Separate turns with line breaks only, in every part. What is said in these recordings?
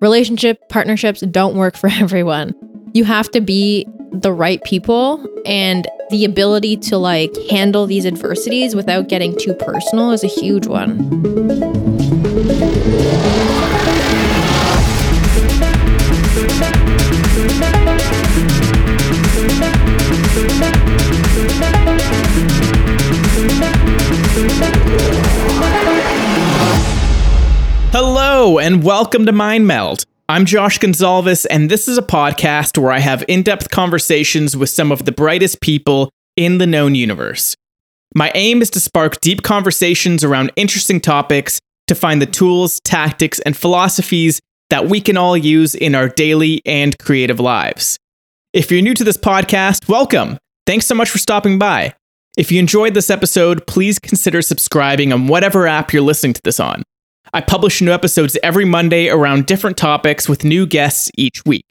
relationship partnerships don't work for everyone. You have to be the right people and the ability to like handle these adversities without getting too personal is a huge one.
Hello, and welcome to Mind Meld. I'm Josh Gonzalez, and this is a podcast where I have in depth conversations with some of the brightest people in the known universe. My aim is to spark deep conversations around interesting topics to find the tools, tactics, and philosophies that we can all use in our daily and creative lives. If you're new to this podcast, welcome. Thanks so much for stopping by. If you enjoyed this episode, please consider subscribing on whatever app you're listening to this on. I publish new episodes every Monday around different topics with new guests each week.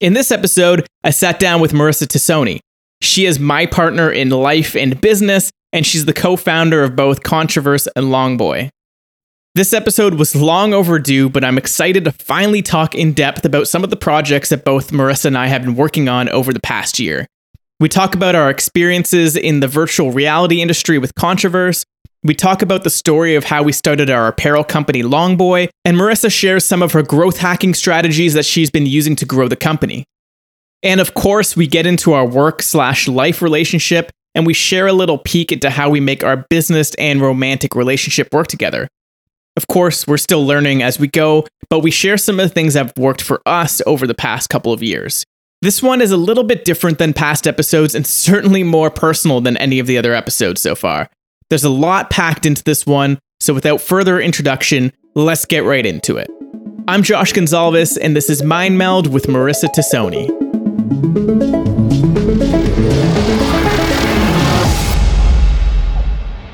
In this episode, I sat down with Marissa Tassoni. She is my partner in life and business, and she's the co founder of both Controverse and Longboy. This episode was long overdue, but I'm excited to finally talk in depth about some of the projects that both Marissa and I have been working on over the past year. We talk about our experiences in the virtual reality industry with Controverse. We talk about the story of how we started our apparel company Longboy, and Marissa shares some of her growth hacking strategies that she's been using to grow the company. And of course, we get into our work slash life relationship, and we share a little peek into how we make our business and romantic relationship work together. Of course, we're still learning as we go, but we share some of the things that have worked for us over the past couple of years. This one is a little bit different than past episodes and certainly more personal than any of the other episodes so far. There's a lot packed into this one, so without further introduction, let's get right into it. I'm Josh Gonzalez, and this is Mind Meld with Marissa Tassoni.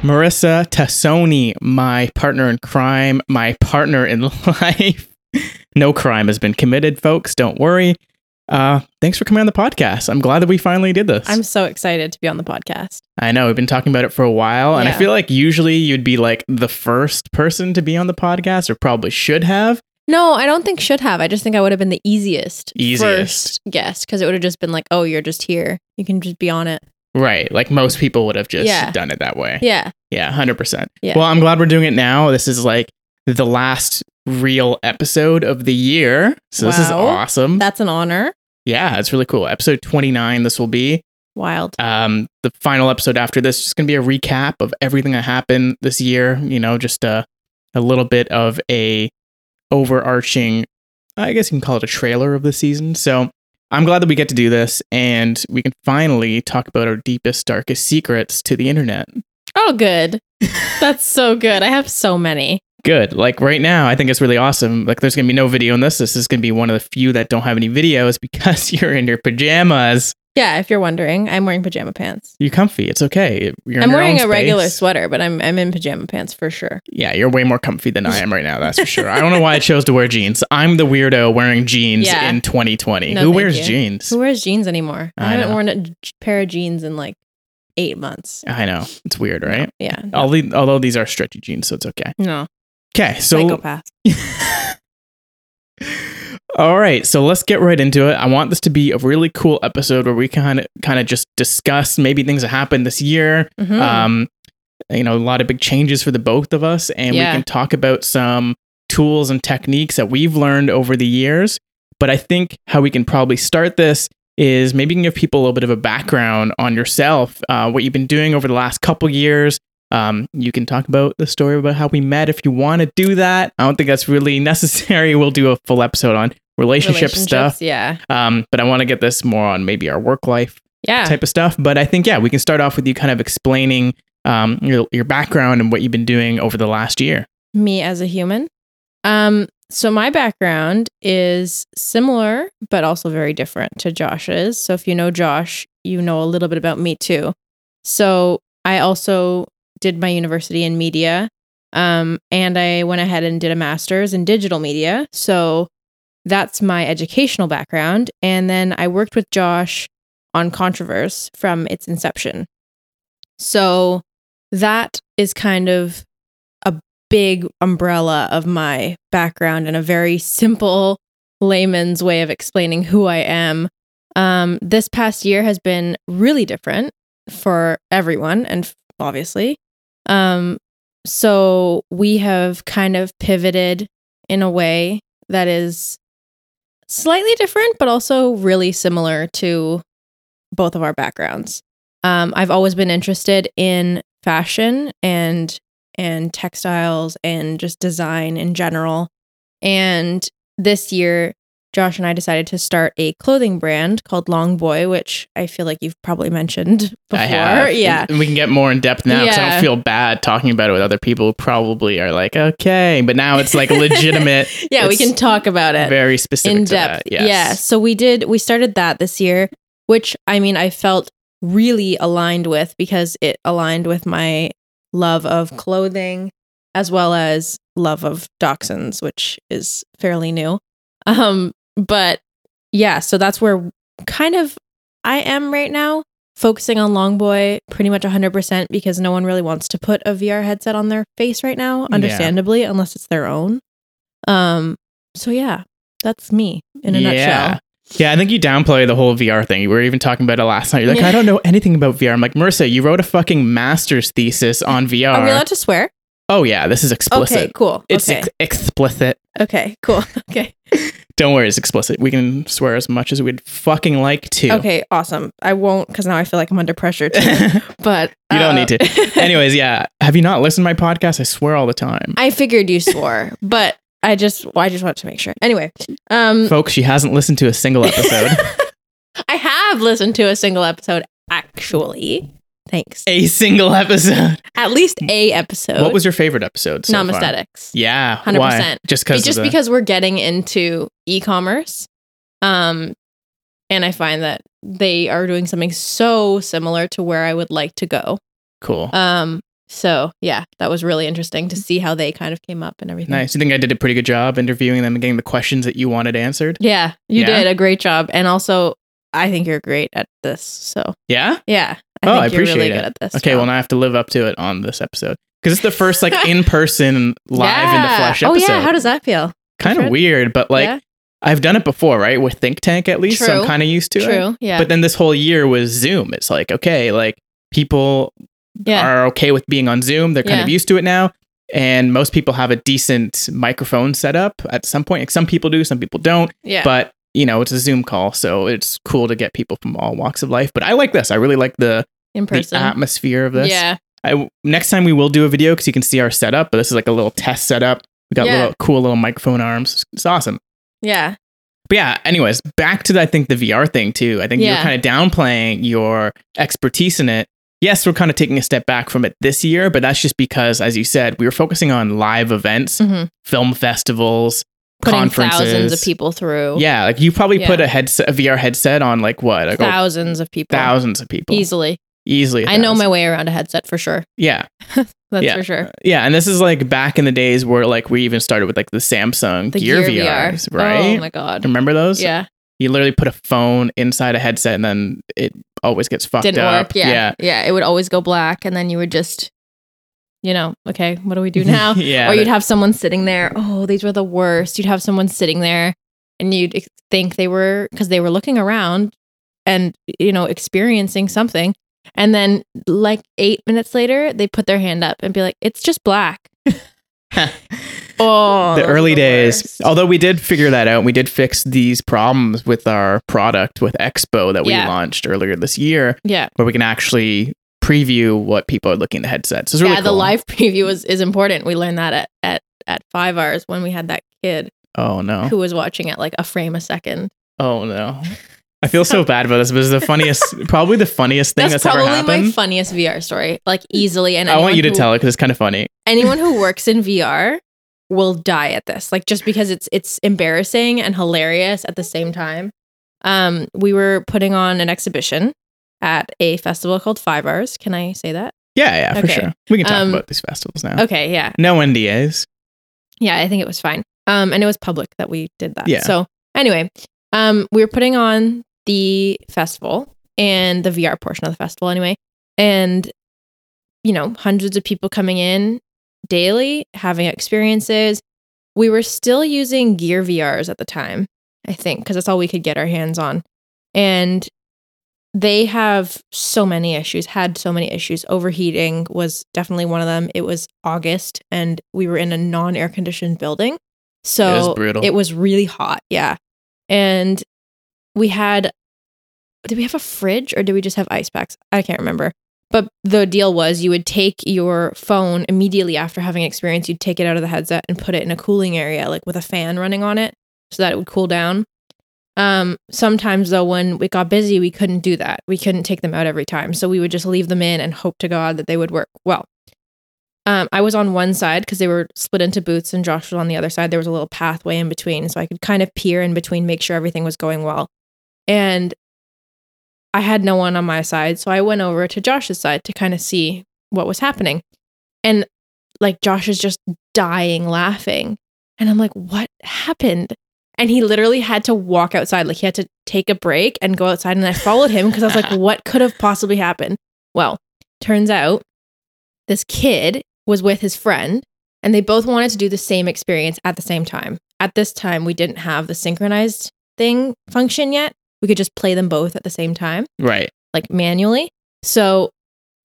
Marissa Tassoni, my partner in crime, my partner in life. no crime has been committed, folks. Don't worry. Uh, thanks for coming on the podcast. I'm glad that we finally did this.
I'm so excited to be on the podcast.
I know we've been talking about it for a while, and I
Yeah.
feel like usually you'd be like the first person to be on the podcast, or probably should have.
No, I don't think should have. I just think I would have been the easiest,
Easiest.
first guest because it would have just been like, oh, you're just here. You can just be on it.
Right, like most people would have just
Yeah.
done it that way.
Yeah.
Yeah, hundred percent.
Yeah.
Well, I'm glad we're doing it now. This is like the last real episode of the year, so this is
Wow.
awesome.
That's an honor.
yeah, it's really cool. Episode 29. This will be
Wild.
um the final episode after this. is Just gonna be a recap of everything that happened this year. You know, just a a little bit of a overarching. I guess you can call it a trailer of the season. So I'm glad that we get to do this, and we can finally talk about our deepest, darkest secrets to the internet.
Oh, good. That's so good. I have so many.
good. Like right now, I think it's really awesome. Like there's gonna be no video in this. This is gonna be one of the few that don't have any videos because you're in your pajamas.
Yeah, if you're wondering, I'm wearing pajama pants.
You're comfy. It's okay. You're in
I'm
your
wearing
own
a regular
space.
sweater, but I'm I'm in pajama pants for sure.
Yeah, you're way more comfy than I am right now. That's for sure. I don't know why I chose to wear jeans. I'm the weirdo wearing jeans
Yeah.
in 2020.
No,
Who
thank
wears
you.
jeans?
Who wears jeans anymore? I,
I
haven't
know.
worn a j- pair of jeans in like eight months.
I know it's weird, right?
Yeah.
All the, although these are stretchy jeans, so it's okay.
No.
Okay, so
psychopath.
All right, so let's get right into it. I want this to be a really cool episode where we kind of kind of just discuss maybe things that happened this year.
Mhm.
Um, you know, a lot of big changes for the both of us, and
Yeah.
we can talk about some tools and techniques that we've learned over the years. But I think how we can probably start this is maybe you can give people a little bit of a background on yourself, uh, what you've been doing over the last couple years. Um, you can talk about the story about how we met if you want to do that. I don't think that's really necessary. We'll do a full episode on relationship
Relationships,
stuff.
Yeah.
Um, but I want to get this more on maybe our work life
Yeah.
type of stuff. But I think yeah, we can start off with you kind of explaining um, your your background and what you've been doing over the last year.
me as a human. Um, so my background is similar, but also very different to Josh's. So if you know Josh, you know a little bit about me too. So I also did my university in media, um, and I went ahead and did a master's in digital media. So that's my educational background. And then I worked with Josh on Controverse from its inception. So that is kind of a big umbrella of my background and a very simple layman's way of explaining who I am. Um, this past year has been really different for everyone, and f- obviously. Um, so we have kind of pivoted in a way that is slightly different, but also really similar to both of our backgrounds. Um, I've always been interested in fashion and and textiles and just design in general. And this year, Josh and I decided to start a clothing brand called Long Boy, which I feel like you've probably mentioned before.
I have.
Yeah.
And we can get more in depth now because I
Yeah.
don't feel bad talking about it with other people who probably are like, okay. But now it's like legitimate,
Yeah, we
It's
can talk about it.
very specific
in
to that.
depth. Yeah. So we did, we started that this year, which I mean, I felt really aligned with because it aligned with my love of clothing as well as love of dachshunds, which is fairly new. Um, but yeah, so that's where kind of I am right now, focusing on Longboy pretty much 100% because no one really wants to put a VR headset on their face right now,
Yeah.
understandably, unless it's their own. Um, so yeah, that's me in a
yeah.
nutshell.
Yeah, I think you downplay the whole VR thing. We were even talking about it last night. You're like,
Yeah.
I don't know anything about VR. I'm like, Marissa, you wrote a fucking master's thesis on VR.
Are we allowed to swear?
oh, yeah, this is explicit.
Okay, cool.
It's
okay.
ex- explicit.
okay, cool. Okay.
Don't worry, it's explicit. We can swear as much as we'd fucking like to.
Okay, awesome. I won't because now I feel like I'm under pressure too.
you
But
don't
uh,
need to. Anyways, yeah. Have you not listened to my podcast? I swear all the time.
I figured you swore, but I just well, I just wanted to make sure. Anyway, um
Folks, she hasn't listened to a single episode.
I have listened to a single episode actually. Thanks.
a single episode.
At least a episode.
What was your favorite episode? So far?
Namastetics?
Yeah.
100%.
Why? Just
Be-
because.
just because we're getting into e-commerce um and i find that they are doing something so similar to where i would like to go
Cool.
um so yeah that was really interesting to see how they kind of came up and everything
Mm. Nice. You think I did a pretty good job interviewing them and getting the questions that you wanted answered?
yeah you
Yeah.
did a great job and also i think you're great at this so
Yeah.
yeah i think
Oh, I
you're really
appreciate
good
it.
at this
Okay.
job.
Well, now I have to live up to it on this episode because it's the first like in person live in the
Yeah.
flesh
oh
episode.
yeah how does that feel
kind of
different?
weird, but like
Yeah.
I've done it before, right? With Think Tank at least, so I'm
True.
kind of used to it.
true yeah
But then this whole year was Zoom. It's like okay, like people
yeah
are okay with being on Zoom. They're kind of
Yeah.
used to it now. And most people have a decent microphone set up at some point. Like some people do, some people don't.
yeah
But, you know, it's a Zoom call. So it's cool to get people from all walks of life. But I like this. I really like the,
in
the
person
atmosphere of this.
yeah
I, next time we will do a video because you can see our setup. But this is like a little test setup. We got
Yeah.
little cool little microphone arms. It's- It's awesome.
yeah
But yeah, anyways, back to the, I think the VR thing too. I think you're
Yeah.
kind of downplaying your expertise in it. Yes, we're kind of taking a step back from it this year, but that's just because, as you said, we were focusing on live events,
hmm
film festivals,
putting
conferences.
thousands of people through
Yeah, like you probably
Yeah.
put a headset, a VR headset on like what, like thousands,
thousands of people.
thousands of people,
Easily.
easily. a
I know my
thousand.
way around a headset for sure.
yeah.
That's
Yeah. Uh,
for sure.
Yeah, and this is like back in the days where like we even started with like the Samsung
The
Gear,
Gear
VRs,
VR.
right?
Oh my god.
Remember those?
Yeah.
You literally put a phone inside a headset, and then it always gets fucked
Didn't
up.
work. Yeah. yeah. It would always go black and then you would just you know, okay, what do we do now?
yeah.
or you'd
that-
have someone sitting there. Oh, these were the worst. You'd have someone sitting there and you'd ex- think they were cuz they were looking around and you know, experiencing something. And then like 8 minutes later, they put their hand up and be like, "It's just black." oh,
the
those are
early days. Oh,
worst.
Although we did figure that out, we did fix these problems with our product with Expo that we
Yeah.
launched earlier this year,
Yeah.
where we can actually preview what people are looking at the headsets. It's really
yeah, the
cool.
live preview is, is important. We learned that at, at, at five hours when we had that kid
Oh no!
who was watching at like a frame a second.
Oh no! I feel so bad about this, but it's the funniest, probably the funniest thing
That's,
that's, ever
probably my
happened.
funniest VR story, like easily. And
I want
anyone
you to
who-
tell it because it's kind of funny.
anyone who works in VR will die at this. Like just because it's it's embarrassing and hilarious at the same time. Um, we were putting on an exhibition at a festival called Five Hours. Can I say that?
Yeah, yeah, for
Okay.
sure. We can talk
Um,
about these festivals now.
Okay, yeah.
No NDAs.
yeah i think it was fine um and it was public that we did that
Yeah.
so anyway um we were putting on the festival and the vr portion of the festival anyway and you know hundreds of people coming in daily, having experiences. We were still using Gear VRs at the time, I think, because that's all we could get our hands on. And they have so many issues, had so many issues. Overheating was definitely one of them. It was August and we were in a non air conditioned building. So
it was brutal.
it was really hot, yeah. And we had did we have a fridge or did we just have ice packs? I can't remember. But the deal was you would take your phone immediately after having an experience, you'd take it out of the headset and put it in a cooling area, like with a fan running on it, so that it would cool down. Um, sometimes though, when we got busy, we couldn't do that. We couldn't take them out every time. So we would just leave them in and hope to God that they would work well. Um, I was on one side because they were split into booths, and Josh was on the other side. There was a little pathway in between, so I could kind of peer in between, make sure everything was going well. And I had no one on my side, so I went over to Josh's side to kind of see what was happening. And like Josh is just dying laughing. And I'm like, what happened? And he literally had to walk outside. Like he had to take a break and go outside. And I followed him because I was like, what could have possibly happened? Well, turns out this kid was with his friend and they both wanted to do the same experience at the same time. At this time, we didn't have the synchronized thing function yet. We could just play them both at the same time
right.
like manually. So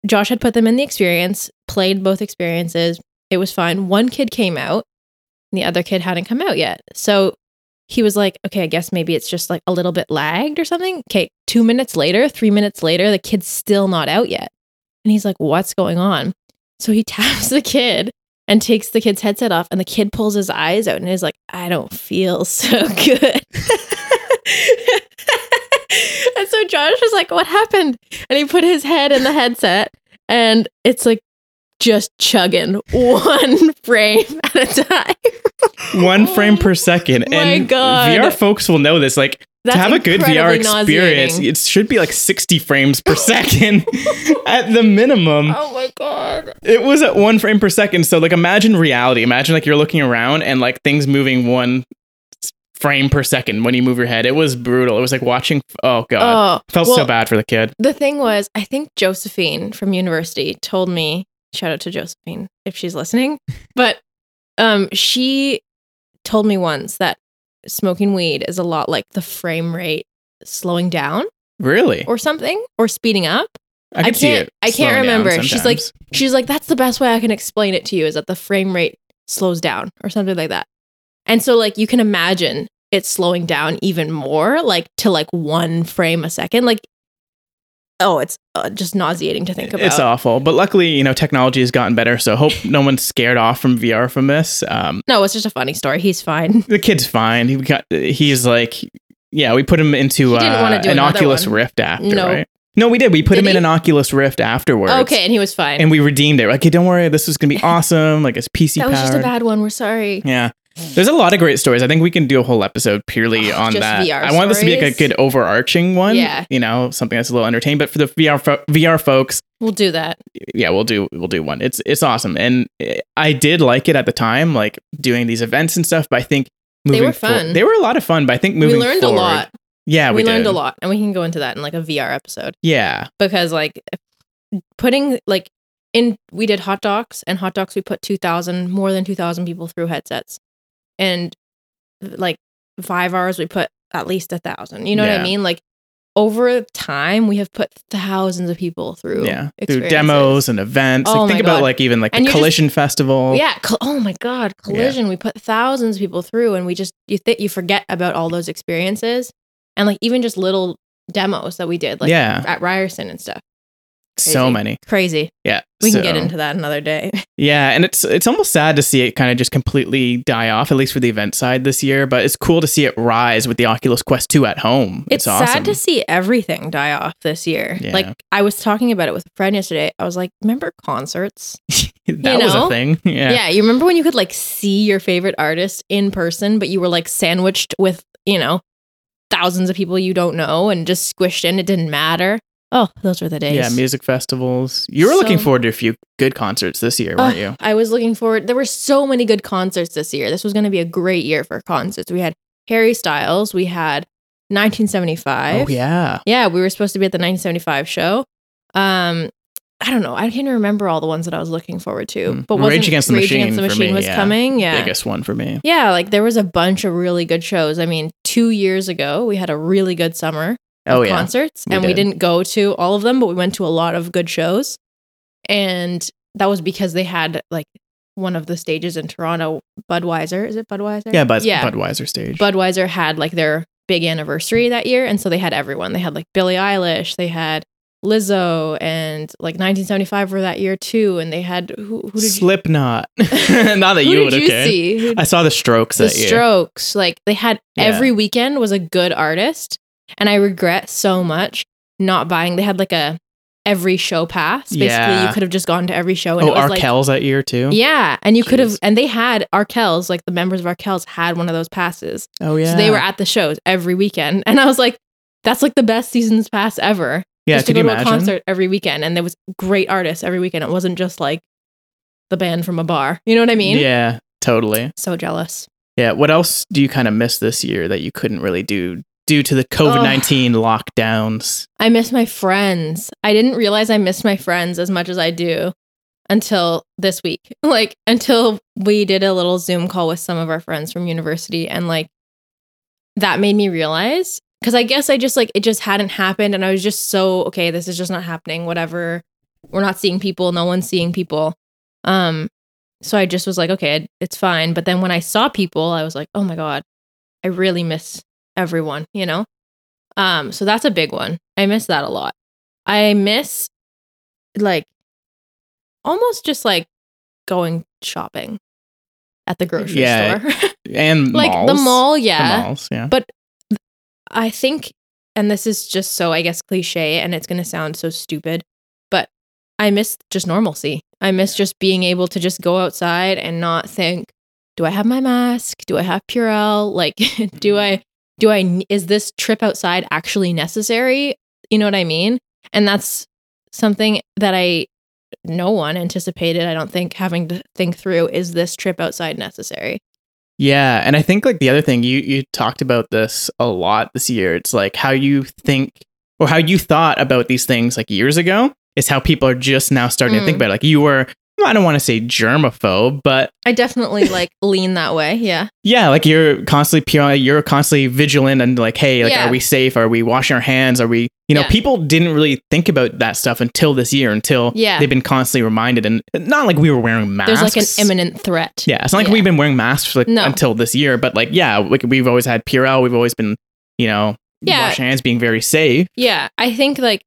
Josh had put them in the experience, played both experiences. It was fine. One kid came out, and the other kid hadn't come out yet. So he was like, okay, I guess maybe it's just like a little bit lagged or something. Okay, two minutes later, three minutes later, the kid's still not out yet. And he's like, what's going on? So he taps the kid and takes the kid's headset off, and the kid pulls his eyes out and is like, I don't feel so good. and so Josh was like, What happened? And he put his head in the headset, and it's like just chugging one frame at a time.
One frame per second.
My
and
God.
VR folks will know this. Like
That's
to have a good VR
incredibly
experience,
nauseating.
it should be like 60 frames per second at the minimum.
Oh my God.
It was at one frame per second. So like imagine reality. Imagine like you're looking around and like things moving one s- frame per second when you move your head. It was brutal. It was like watching oh god.
Oh,
Felt so
well,
bad for the kid.
The thing was, I think Josephine from university told me, shout out to Josephine if she's listening, but um, she told me once that smoking weed is a lot like the frame rate slowing down
Really?
or something or speeding up.
I could see
can't-
it.
I can't
slowing down
remember. She's like-
sometimes.
She's like, that's the best way I can explain it to you is that the frame rate slows down or something like that. And so, like, you can imagine it slowing down even more, like to like one frame a second. Like, oh, it's uh, just nauseating to think about.
It's awful, but luckily, you know, technology has gotten better. So hope no one's scared off from VR from this. Um,
No, it's just a funny story. He's fine.
the kid's fine. He got. He's like, yeah, we put him into
He didn't
uh,
wanna do
an
another
Oculus
one.
Rift after,
No.
right? No, we did. We put
Did
him in
he?
an Oculus Rift afterwards.
Okay, and he was fine.
and we redeemed it. We're like, hey, don't worry, this is gonna be awesome. Like it's PC
that
powered.
was just a bad one. We're sorry.
yeah. There's a lot of great stories. I think we can do a whole episode purely
Oh,
on
just
that.
VR
I want this to be like a
stories?
good overarching one.
Yeah.
You know, something that's a little entertaining. But for the VR fo- VR folks,
We'll do that.
yeah, we'll do we'll do one. It's it's awesome, and eh, I did like it at the time, like doing these events and stuff. But I think moving
were
for-
fun.
they were a lot of fun. But I think moving
we learned
forward-
a lot.
Yeah, we,
we learned
did.
a lot, and we can go into that in like a VR episode
Yeah,
because like putting like in we did hot docs and hot docs we put 2000 more than 2000 people through headsets and like 5 hours we put at least a 1000. You know what
Yeah.
I mean? Like over time we have put thousands of people through
yeah, through
experiences.
demos and events.
Oh
like, think
my
about
God.
like even like
And
the
you're just-
collision festival.
Yeah. Col- oh my God. Collision. We put thousands of people through, and we just you think you forget about all those experiences, and like even just little demos that we did, like
yeah,
at Ryerson and stuff.
so
crazy.
many.
Crazy.
Yeah,
We
so-
can get into that another day.
Yeah, and it's it's almost sad to see it kind of just completely die off, at least for the event side this year. But it's cool to see it rise with the Oculus Quest Two at home.
It's,
It's, awesome.
sad to see everything die off this year.
Yeah.
Like I was talking about it with a friend yesterday. I was like, remember concerts?
that was a
know?
thing. Yeah.
Yeah. you remember when you could like see your favorite artist in person, but you were like sandwiched with, you know, thousands of people you don't know and just squished in. It didn't matter. Oh, those were the days.
Yeah, music festivals. You were looking
So-
forward to a few good concerts this year,
Oh,
weren't you?
I was looking forward. There were so many good concerts this year. This was going to be a great year for concerts. We had Harry Styles. We had 1975.
Oh yeah.
Yeah, we were supposed to be at the 1975 show. Um, I don't know. I can't remember all the ones that I was looking forward to.
Mm.
But
Rage
wasn't
Against the
Rage
Machine
Against the
for
Machine
me,
was
yeah.
coming. Yeah.
Biggest one for me.
Yeah, like there was a bunch of really good shows. I mean, 2 years ago, we had a really good summer
Oh yeah.
concerts
We
and we
did.
didn't go to all of them but we went to a lot of good shows and that was because they had like one of the stages in toronto budweiser is it budweiser
Yeah, Bud-
yeah
Budweiser stage.
budweiser had like their big anniversary that year and so they had everyone they had like billie eilish they had lizzo and like 1975 were that year too and they had who, who did you
Slipknot. Not that
who
you
did
would have
you
cared.
see Who-
I saw the Strokes
the
that year.
strokes like they had
Yeah.
every weekend was a good artist and i regret so much not buying they had like a every show pass basically
Yeah.
you could have just gone to every show and
oh,
it was
Arkells that year too.
like yeah and you could have
Jeez.
and they had arkells like the members of arkells had one of those passes
Oh yeah.
so they were at the shows every weekend and i was like that's like the best season's pass ever
yeah.
just to go
could you
to
imagine?
a concert every weekend and there was great artists every weekend it wasn't just like the band from a bar you know what i mean
Yeah, totally.
so jealous
Yeah. What else do you kind of miss this year that you couldn't really do due to the COVID nineteen lockdowns?
I miss my friends. I didn't realize I missed my friends as much as I do until this week. Like until we did a little Zoom call with some of our friends from university and like that made me realize cuz I guess I just like it just hadn't happened and I was just so okay, this is just not happening, whatever. We're not seeing people, no one's seeing people. Um so I just was like, okay, it's fine. But then when I saw people, I was like, oh my god, I really miss everyone, you know? Um, so that's a big one. I miss that a lot. I miss like almost just like going shopping at the grocery
Yeah,
store.
And
like
malls.
the mall,
The
yeah.
malls, yeah.
I think and this is just so I guess cliche and it's going to sound so stupid, but I miss just normalcy. I miss just being able to just go outside and not think, do I have my mask? Do I have Purell? Like do I do I is this trip outside actually necessary? You know what I mean? And that's something that I no one anticipated, I don't think, having to think through is this trip outside necessary?
Yeah, and I think like the other thing you you talked about this a lot this year. It's like how you think or how you thought about these things like years ago is how people are just now starting to think
Mm.
about it. Like you were I don't want to say germaphobe, but
I definitely like lean that way. Yeah.
yeah, like you're constantly pure, you're constantly vigilant and like, hey, like
Yeah.
are we safe? Are we washing our hands? Are we you know,
Yeah.
people didn't really think about that stuff until this year, until
Yeah.
they've been constantly reminded and not like we were wearing masks.
There's like an imminent threat.
Yeah, it's not like
Yeah.
we've been wearing masks like
No.
until this year, but like yeah, like we've always had Purell. We've always been, you know,
Yeah.
washing hands, being very safe.
Yeah, I think like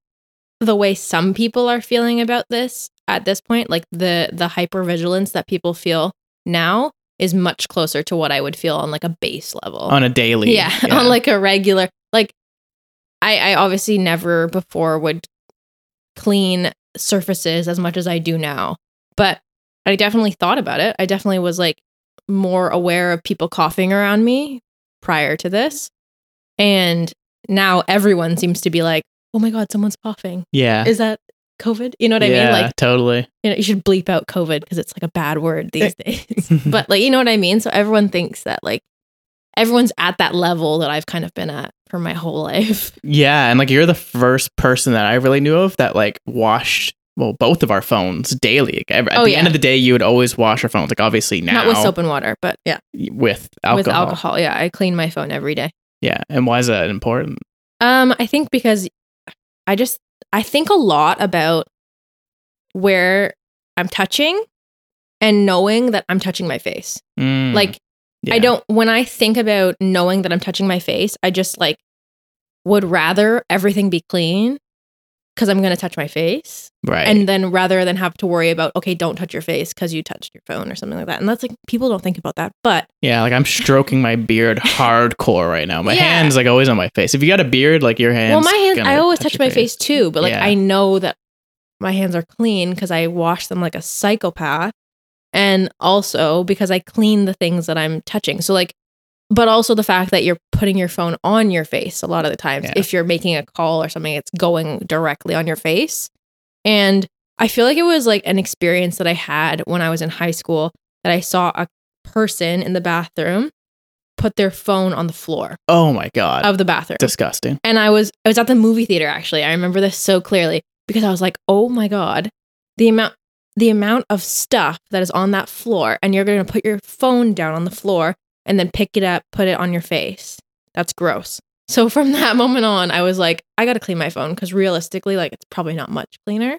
the way some people are feeling about this at this point, like the the hypervigilance that people feel now is much closer to what I would feel on like a base level.
on a daily.
yeah, on like a regular like I I obviously never before would clean surfaces as much as I do now. But I definitely thought about it. I definitely was like more aware of people coughing around me prior to this. And now everyone seems to be like, "Oh my god, someone's coughing.
yeah.
Is that COVID?" You know what I
Yeah,
mean? Like,
totally.
you know, you should bleep out COVID because it's like a bad word these
Eh,
days but like you know what I mean. So everyone thinks that like everyone's at that level that I've kind of been at for my whole life.
yeah, and like you're the first person that I really knew of that like washed well both of our phones daily. Like, ev- at
Oh,
the
yeah.
end of the day, you would always wash our phones. Like obviously now
Not with soap and water, but yeah,
with alcohol.
with alcohol. Yeah, I clean my phone every day.
Yeah, and why is that important?
Um, I think because I just I think a lot about where I'm touching and knowing that I'm touching my face.
Mm,
Like
yeah.
I don't when I think about knowing that I'm touching my face, I just like would rather everything be clean because I'm gonna touch my face.
right.
and then rather than have to worry about okay don't touch your face because you touched your phone or something like that and that's like people don't think about that but
Yeah, like I'm stroking my beard hardcore right now. My
Yeah.
hands like always on my face. If you got a beard, like your hands.
well my hands
gonna
i always touch
your
my face too but like
Yeah.
i know that my hands are clean because i wash them like a psychopath and also because i clean the things that i'm touching so like but also the fact that you're putting your phone on your face a lot of the times
Yeah.
if you're making a call or something it's going directly on your face and i feel like it was like an experience that i had when i was in high school that i saw a person in the bathroom put their phone on the floor
Oh my god,
of the bathroom
disgusting.
and I was I was at the movie theater actually. I remember this so clearly because I was like, "Oh my god, the amount the amount of stuff that is on that floor and you're going to put your phone down on the floor and then pick it up, put it on your face. That's gross. So from that moment on, I was like, I got to clean my phone cuz realistically like it's probably not much cleaner.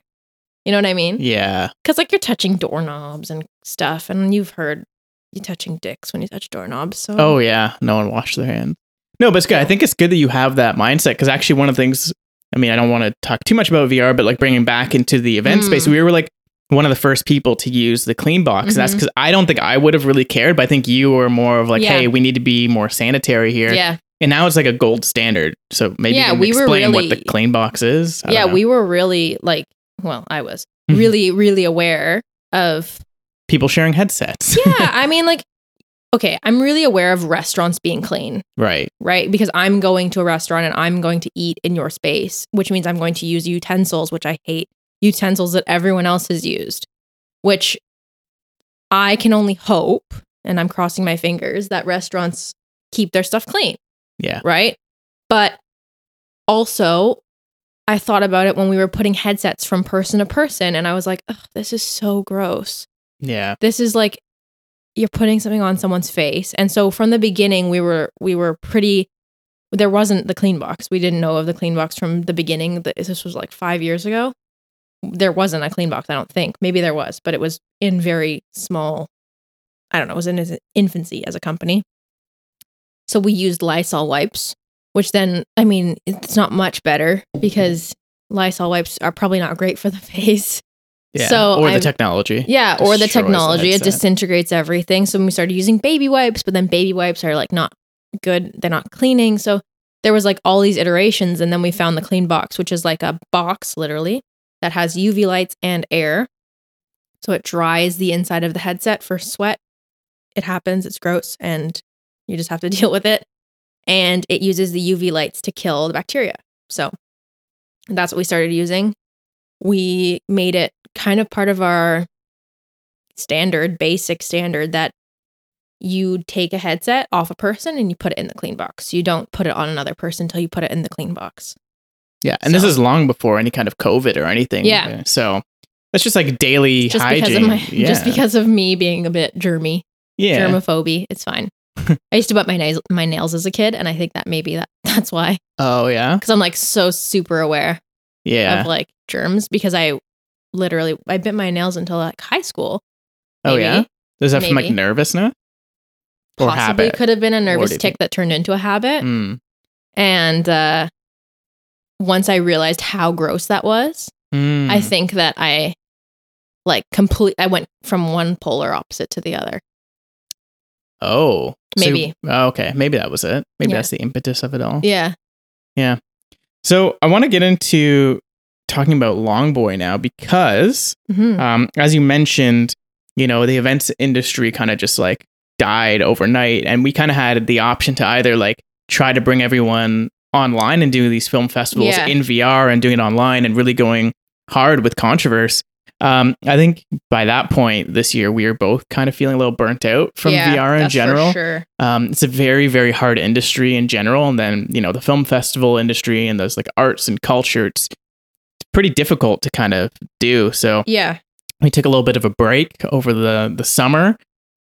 You know what I mean?
Yeah.
Cuz like you're touching doorknobs and stuff and you've heard you touching dicks when you touch doorknobs. So
Oh yeah, no one washed their hands. No, but it's good. I think it's good that you have that mindset because actually, one of the things. I mean, I don't want to talk too much about VR, but like bringing back into the event
Mm.
space, we were like one of the first people to use the clean box, and that's
Mhm.
because I don't think I would have really cared, but I think you were more of like,
Yeah.
hey, we need to be more sanitary here,
yeah.
and now it's like a gold standard. So maybe
Yeah,
you can
we were
explain what
really-
the clean box is. I don't
yeah,
know.
we were really like, well, I was
Mhm.
really, really aware of.
people sharing headsets,
Yeah, I mean, like, okay, I'm really aware of restaurants being clean,
right?
right? Because I'm going to a restaurant and I'm going to eat in your space, which means I'm going to use utensils, which I hate, utensils that everyone else has used, which I can only hope, and I'm crossing my fingers, that restaurants keep their stuff clean.
Yeah.
Right. But also, I thought about it when we were putting headsets from person to person, and I was like, Ugh, this is so gross.
Yeah,
This is like you're putting something on someone's face. And so from the beginning, we were we were pretty. There wasn't the clean box. We didn't know of the clean box from the beginning. Th- This was like five years ago. There wasn't a clean box. I don't think. Maybe there was, but it was in very small. I don't know. It was in its infancy as a company. So we used Lysol wipes, which then, I mean, it's not much better because Lysol wipes are probably not great for the face.
yeah.
So
or the
I've-
technology.
Yeah, or the
Destroys the
technology. it
headset.
disintegrates everything. So when we started using baby wipes, but then baby wipes are like not good. They're not cleaning. So there was like all these iterations. And then we found the clean box, which is like a box literally that has UV lights and air. So it dries the inside of the headset for sweat. It happens, it's gross, and you just have to deal with it. And it uses the UV lights to kill the bacteria. So that's what we started using. We made it kind of part of our standard, basic standard that you take a headset off a person and you put it in the clean box. You don't put it on another person until you put it in the clean box.
Yeah, and this
So-
is long before any kind of COVID or anything.
Yeah.
so that's just like daily
Just
hygiene.
because of my
yeah,
just because of me being a bit germy.
yeah,
germophobia. It's fine. I used to butt my nails my nails as a kid, and I think that maybe that that's why
oh yeah,
because I'm like so super aware
yeah,
of like germs because I literally I bit my nails until like high school.
oh yeah.
maybe.
Is that from like
Maybe.
nervousness or
possibly
habit?
could have been a nervous
did
tick
you-
that turned into a habit.
Mm,
And uh, once I realized how gross that was,
mm.
I think that I like complete. I went from one polar opposite to the other.
Oh, so-
Maybe.
oh, okay, maybe that was it. Maybe
Yeah.
that's the impetus of it all.
Yeah.
So I want to get into talking about Long Boy now because
hmm
um, as you mentioned, you know, the events industry kind of just like died overnight. And we kind of had the option to either like try to bring everyone online and do these film festivals
Yeah.
in VR and doing it online and really going hard with Controverse. Um, I think by that point this year, we are both kind of feeling a little burnt out from
Yeah,
VR in
that's for
general.
sure.
Um, it's a very, very hard industry in general. And then, you know, the film festival industry and those like arts and culture, it's it's pretty difficult to kind of do. So,
Yeah.
we took a little bit of a break over the the summer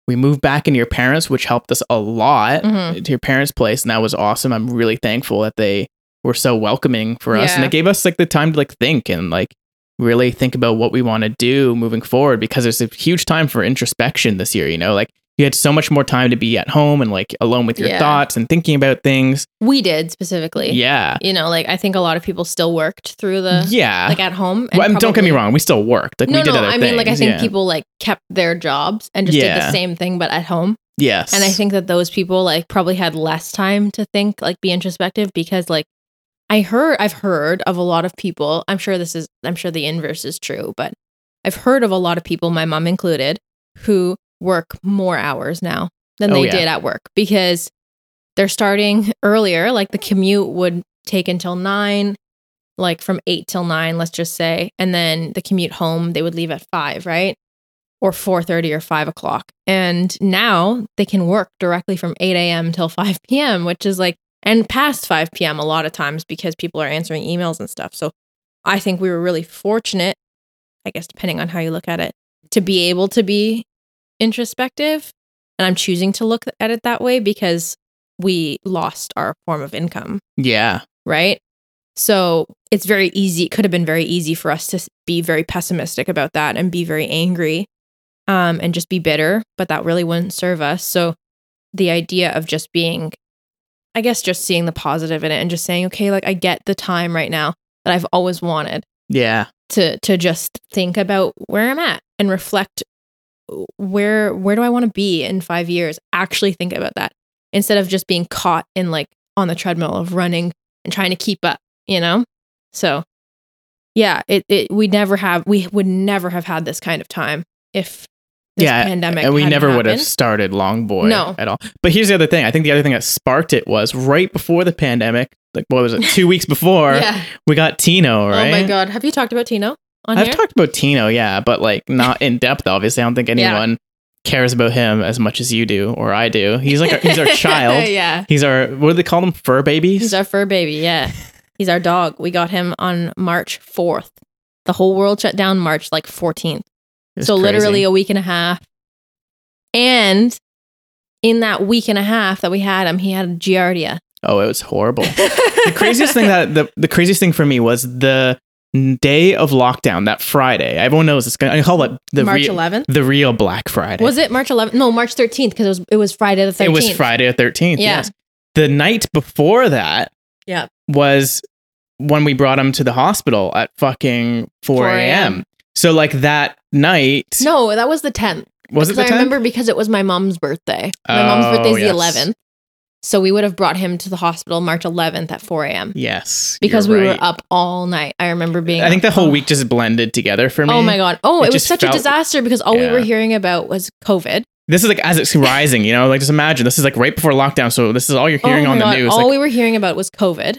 we moved back into your parents which helped us a lot
Mhm.
to your parents place and that was awesome i'm really thankful that they were so welcoming for us and
Yeah.
it gave us like the time to like think and like really think about what we want to do moving forward because it's a huge time for introspection this year you know like you had so much more time to be at home and like alone with your
Yeah.
thoughts and thinking about things
We did specifically.
yeah
you know, like I think a lot of people still worked through the
yeah
like at home.
Well, and don't get me
probably-
wrong we still worked like
no,
we did
no,
other
I
things
mean, like I think
yeah.
people like kept their jobs and just did
Yeah.
the same thing, but at home.
yes
And I think that those people like probably had less time to think, like be introspective, because like I heard, I've heard of a lot of people. I'm sure this is, I'm sure the inverse is true, but I've heard of a lot of people, my mom included, who work more hours now than
Oh,
they
yeah.
did at work because they're starting earlier. Like the commute would take until nine, like from eight till nine, let's just say, and then the commute home they would leave at five, right? Or four thirty or five o'clock. And now they can work directly from eight a.m. till five p.m., which is like and past five p.m. a lot of times because people are answering emails and stuff. So I think we were really fortunate I guess depending on how you look at it, to be able to be introspective. And I'm choosing to look at it that way because we lost our form of income,
Yeah.
right? So it's very easy. It could have been very easy for us to s- be very pessimistic about that and be very angry um, and just be bitter, but that really wouldn't serve us. So the idea of just being, I guess, just seeing the positive in it and just saying, okay, like I get the time right now that I've always wanted
Yeah.
to to just think about where I'm at and reflect where where do I want to be in 5 years actually think about that instead of just being caught in like on the treadmill of running and trying to keep up you know so yeah it, it we never have we would never have had this kind of time if this
Yeah,
pandemic
and we
hadn't
never would have
happened.
started Long Boy
No.
at all. But here's the other thing. I think the other thing that sparked it was right before the pandemic, like what was it, two weeks before,
yeah
we got Tino, right?
oh my god have you talked about Tino on
I've
here
talked about Tino, yeah, but like not in depth, obviously. I don't think
Yeah.
anyone cares about him as much as you do or I do. He's like our, he's our child.
yeah
He's our what do they call them? Fur babies?
He's our fur baby. Yeah. He's our dog. We got him on March 4th. The whole world shut down March like 14th.
It's
so
crazy.
literally a week and a half. And in that week and a half that we had him, he had giardia.
Oh, it was horrible.
the
the craziest thing that the, the craziest thing for me was the day of lockdown, that Friday. Everyone knows it's gonna I call it the
March
real
11th?
the real Black Friday.
Was it March 11th? No, March 13th because it was it was Friday the 13th.
It was Friday the thirteenth.
Yeah.
Yes. The night before that.
Yeah.
Was when we brought him to the hospital at fucking four
4
a.m. So like that night.
No, that was the 10th.
Was it
Because
the
I
10th?
remember because it was my mom's birthday. My mom's
Oh,
birthday is
yes.
the 11th. So we would have brought him to the hospital March 11th at 4 a.m.
Yes.
because
you're
we
right.
were up all night. I remember being.
I think
up
the whole
all-
week just blended together for me.
Oh my god! Oh, it,
It
was
just
such
felt-
a disaster because all we were
Yeah.
hearing about was COVID.
This is like as it's rising, you know. Like just imagine this is like right before lockdown, so this is all you're hearing
oh my
on the
God,
news.
All
like,
we were hearing about was COVID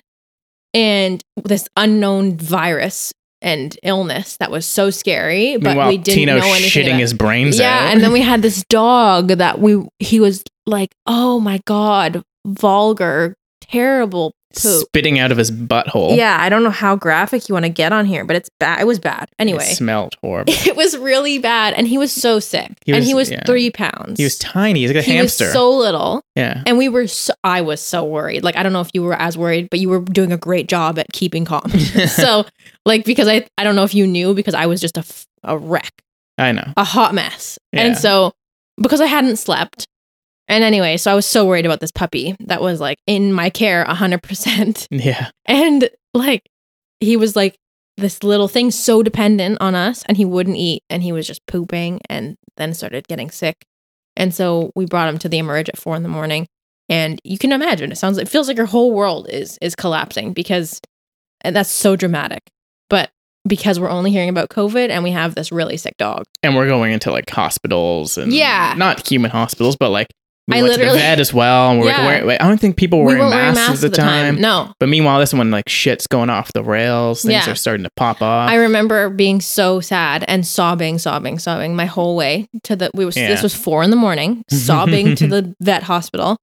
and this unknown virus and illness that was so scary, but
meanwhile,
we didn't
Tino
know anything.
shitting
about.
his brains
yeah,
out.
and then we had this dog that we he was like, oh my god, vulgar, terrible poop.
spitting out of his butthole.
Yeah, I don't know how graphic you want to get on here, but it's bad. It was bad. Anyway,
it smelled horrible.
It was really bad, and he was so sick,
He
and
was-
he was
yeah.
three pounds.
He was tiny. He's like a
He was
hamster.
so little,
yeah,
and we were. So, I was so worried. Like I don't know if you were as worried, but you were doing a great job at keeping calm. so, like because I I don't know if you knew because I was just a f- a wreck,
I know.
a hot mess, and
Yeah.
so because I hadn't slept, and anyway, so I was so worried about this puppy that was like in my care hundred percent.
Yeah.
And like he was like this little thing so dependent on us and he wouldn't eat and he was just pooping and then started getting sick. And so we brought him to the emerge at four in the morning. And you can imagine it sounds it feels like your whole world is is collapsing because and that's so dramatic. But because we're only hearing about COVID and we have this really sick dog.
And we're going into like hospitals and
Yeah.
not human hospitals, but like we
I
went to
literally-
the vet as well. And we're like,
Yeah.
wearing, like, I don't think people were wearing,
we weren't
masks,
wearing masks
at the time.
No,
But meanwhile, this one like shit's going off the rails. Things
Yeah.
are starting to pop off.
I remember being so sad and sobbing, sobbing, sobbing my whole way to the. We was
Yeah.
this was four in the morning, sobbing to the vet hospital,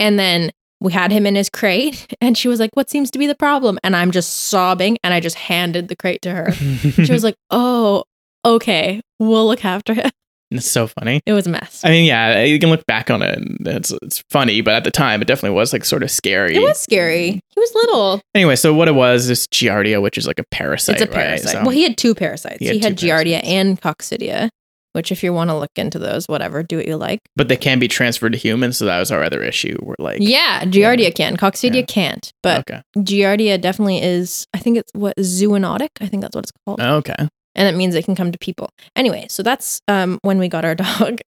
and then we had him in his crate, and she was like, "What seems to be the problem?" And I'm just sobbing, and I just handed the crate to her. She was like, "Oh, okay, we'll look after him."
it's so funny.
It was a mess.
I mean, yeah, you can look back on it. And it's it's funny, but at the time, it definitely was like sort of scary.
It was scary. He was little.
Anyway, so what it was is giardia, which is like a parasite.
it's a
right?
parasite.
So-
Well, he had two parasites.
He
He
had
had,
two
Giardia
parasites.
and Coccidia, which, if you want to look into those, whatever, do what you like.
but they can be transferred to humans, so that was our other issue. We're like,
yeah, Giardia can. Coccidia
Yeah.
can't. But
okay,
Giardia definitely is, I think it's what, zoonotic? I think that's what it's called.
okay,
And that means it can come to people. Anyway, so that's um, when we got our dog.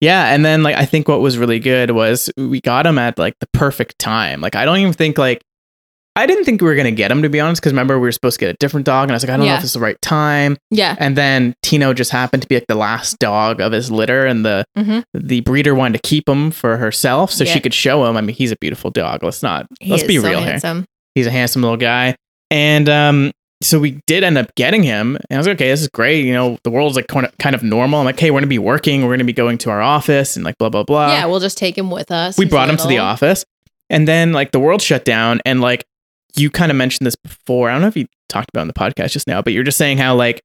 yeah. And then like I think what was really good was we got him at like the perfect time. Like I don't even think like I didn't think we were gonna get him to be honest, because remember we were supposed to get a different dog, and I was like, I don't know
Yeah.
if this is the right time.
Yeah.
And then Tino just happened to be like the last dog of his litter, and the
Mhm.
the breeder wanted to keep him for herself so she
Yeah.
could show him. I mean, he's a beautiful dog. Let's not
He
let's
is
be
so
real here.
handsome.
He's a handsome little guy. And um, so we did end up getting him. And I was like, okay, this is great. You know, the world's like kind of, kind of normal. I'm like, hey, we're going to be working. We're going to be going to our office and like blah, blah, blah.
yeah, we'll just take him with us.
Uh, we
He's
brought him to the
little.
office. And then like the world shut down. And like you kind of mentioned this before. I don't know if you talked about it on the podcast just now, but you're just saying how like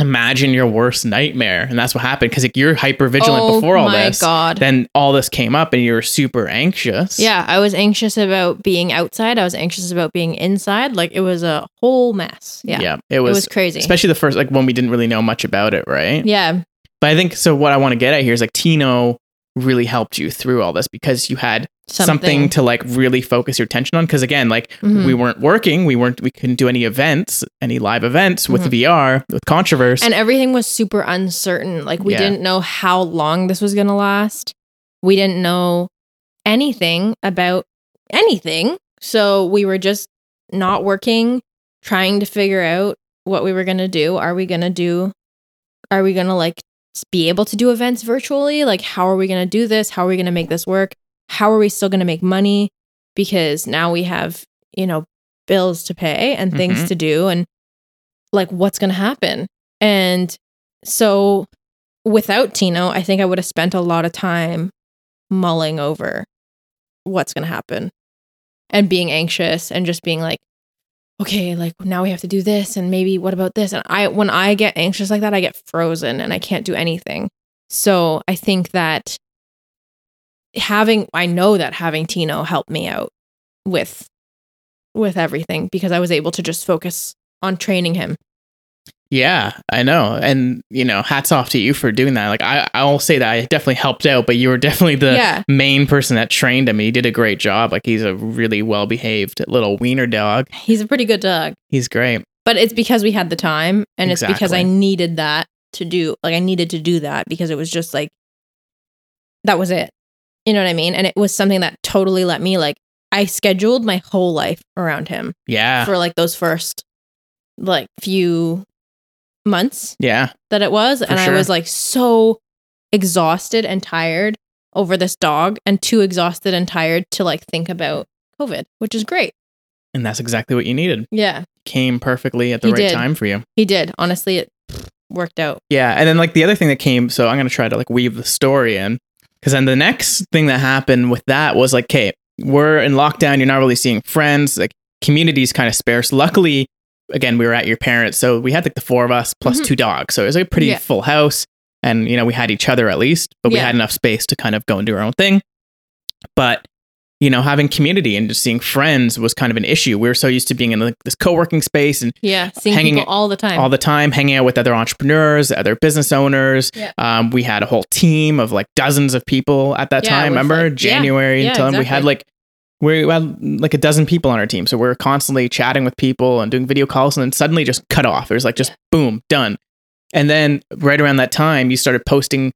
imagine your worst nightmare. And that's what happened because like, you're hyper vigilant
oh
before all
my
this.
god.
Then all this came up and you were super anxious.
yeah, I was anxious about being outside. I was anxious about being inside. Like it was a whole mess. Yeah.
It
It was,
was,
crazy.
especially the first, like when we didn't really know much about it, right?
yeah.
But I think so. What I want to get at here is like Tino really helped you through all this because you had something, to like really focus your attention on. Because again, like
Mhm.
we weren't working, we weren't, we couldn't do any events, any live events with
Mhm.
VR, with Controverse.
and everything was super uncertain. Like we
Yeah.
didn't know how long this was going to last. We didn't know anything about anything. So we were just not working, trying to figure out what we were going to do. Are we going to do are we going to like s- be able to do events virtually? Like how are we going to do this? How are we going to make this work? How are we still going to make money because now we have, you know, bills to pay and things
Mhm.
to do and like what's going to happen? And so without Tino, I think I would have spent a lot of time mulling over what's going to happen and being anxious and just being like, okay, like now we have to do this and maybe what about this? And I, when I get anxious like that, I get frozen and I can't do anything. So I think that having, I know that having Tino helped me out with with everything because I was able to just focus on training him.
Yeah, I know. And you know, hats off to you for doing that. Like I I'll say that I definitely helped out, but you were definitely the
yeah.
main person that trained him. He did a great job. Like he's a really well-behaved little wiener dog.
He's a pretty good dog.
He's great.
But it's because we had the time and it's because I
Exactly.
needed that to do like I needed to do that because it was just like that was it. You know what I mean? And it was something that totally let me like I scheduled my whole life around him
Yeah.
for like those first like few months
yeah.
that it was and
sure.
I was like so exhausted and tired over this dog and too exhausted and tired to like think about COVID, which is great.
And that's exactly what you needed.
Yeah.
Came perfectly at the
He
right
did.
time for you.
He did. Honestly, it worked out.
Yeah. And then like the other thing that came, so I'm going to try to like weave the story in cuz then the next thing that happened with that was like, "Okay, we're in lockdown. You're not really seeing friends. Like community's kind of sparse. Luckily, again, we were at your parents, so we had like the four of us plus
Mhm.
two dogs. So it was like a pretty
Yeah.
full house, and you know we had each other at least, but we
Yeah.
had enough space to kind of go and do our own thing. But you know, having community and just seeing friends was kind of an issue. We were so used to being in like this co-working space and
Yeah, seeing
Hanging
people all the time.
all the time hanging out with other entrepreneurs, other business owners.
Yeah.
Um, we had a whole team of like dozens of people at that
Yeah,
time.
it was
Remember
like- yeah,
January
yeah,
until then, we had
exactly.
like we had like a dozen people on our team, so we were constantly chatting with people and doing video calls, and then suddenly just cut off. It was like just boom, done. And then right around that time, you started posting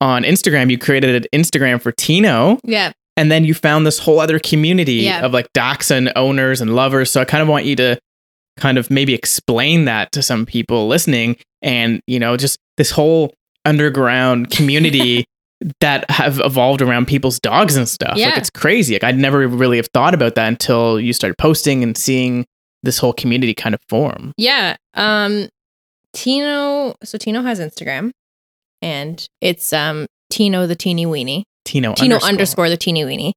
on Instagram. You created an Instagram for Tino,
yeah,
and then you found this whole other community
Yeah.
of like dachshund owners and lovers. So I kind of want you to kind of maybe explain that to some people listening and, you know, just this whole underground community that have evolved around people's dogs and stuff.
Yeah.
Like it's crazy. Like I'd never really have thought about that until you started posting and seeing this whole community kind of form.
yeah. Um, Tino. So Tino has Instagram, and it's um Tino the teeny weenie.
Tino,
Tino underscore the teeny weenie,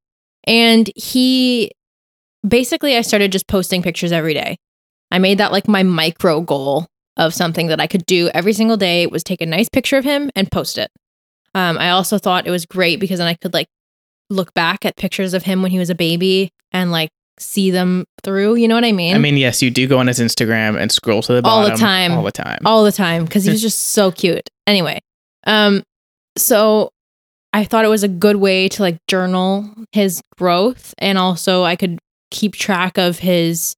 and he basically I started just posting pictures every day. I made that like my micro goal of something that I could do every single day was take a nice picture of him and post it. Um, I also thought it was great because then I could like look back at pictures of him when he was a baby and like see them through. You know what I mean?
I mean, yes, you do go on his Instagram and scroll to the
All
bottom
the time.
All the time.
all the time because he was just so cute. Anyway, um, so I thought it was a good way to like journal his growth, and also I could keep track of his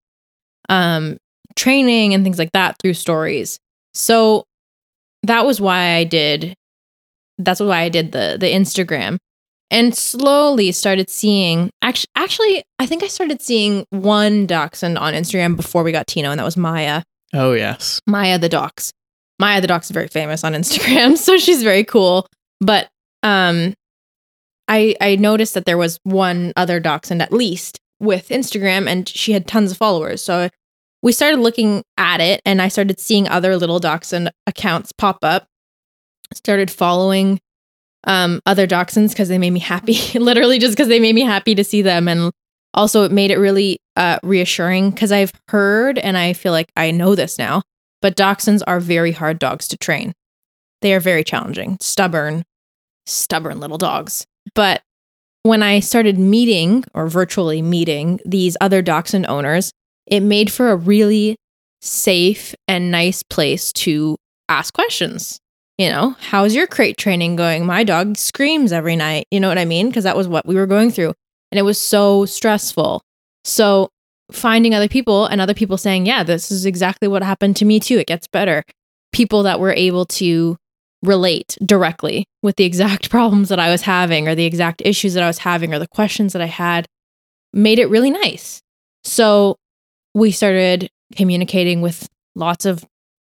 um training and things like that through stories. So that was why I did. That's why I did the the Instagram. And slowly started seeing. Actually, actually, I think I started seeing one dachshund on Instagram before we got Tino, and that was Maya.
oh, yes.
Maya the Docs. Maya the Docs is very famous on Instagram, so she's very cool. But um I I noticed that there was one other dachshund at least with Instagram and she had tons of followers. So we started looking at it and I started seeing other little dachshund accounts pop up. Started following um other dachshunds because they made me happy. Literally just because they made me happy to see them and also it made it really uh reassuring because I've heard and I feel like I know this now but dachshunds are very hard dogs to train. They are very challenging, stubborn, stubborn little dogs. But when I started meeting or virtually meeting these other dachshund owners, it made for a really safe and nice place to ask questions. You know, how's your crate training going? My dog screams every night. You know what I mean? Because that was what we were going through. And it was so stressful. So finding other people and other people saying, yeah, this is exactly what happened to me too. It gets better. People that were able to relate directly with the exact problems that I was having or the exact issues that I was having or the questions that I had made it really nice. So we started communicating with lots of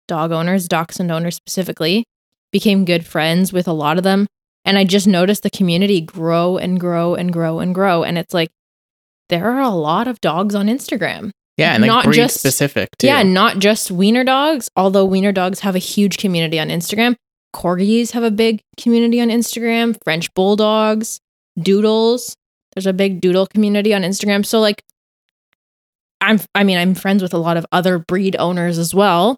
dog owners, dachshund owners specifically, became good friends with a lot of them. And I just noticed the community grow and grow and grow and grow. And it's like, there are a lot of dogs on Instagram.
Yeah, and like
Not
breed
just-
specific too.
Yeah, not just wiener dogs, although wiener dogs have a huge community on Instagram. Corgis have a big community on Instagram, French bulldogs, doodles. There's a big doodle community on Instagram. So like I'm I mean, I'm friends with a lot of other breed owners as well.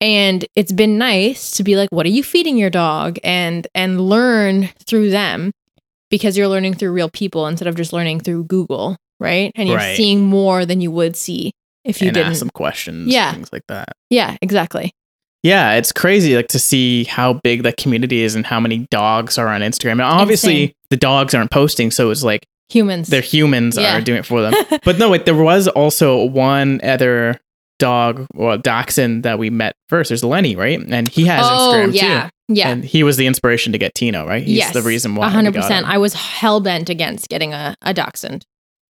And it's been nice to be like, what are you feeding your dog? And and learn through them because you're learning through real people instead of just learning through Google, right? And you're
Right.
seeing more than you would see if you
and
didn't
ask some questions,
Yeah.
things like that.
yeah, exactly.
Yeah, it's crazy like to see how big that community is and how many dogs are on Instagram. And obviously
Insane.
the dogs aren't posting, so it's like
Humans.
their humans
Yeah.
are doing it for them. but no, wait, there was also one other dog or dachshund that we met first. There's Lenny, right? And he has
oh,
Instagram
yeah.
too.
Yeah.
And he was the inspiration to get Tino, right? He's
yes.
the reason why. we got
100%.
him.
I was hell bent against getting a, a dachshund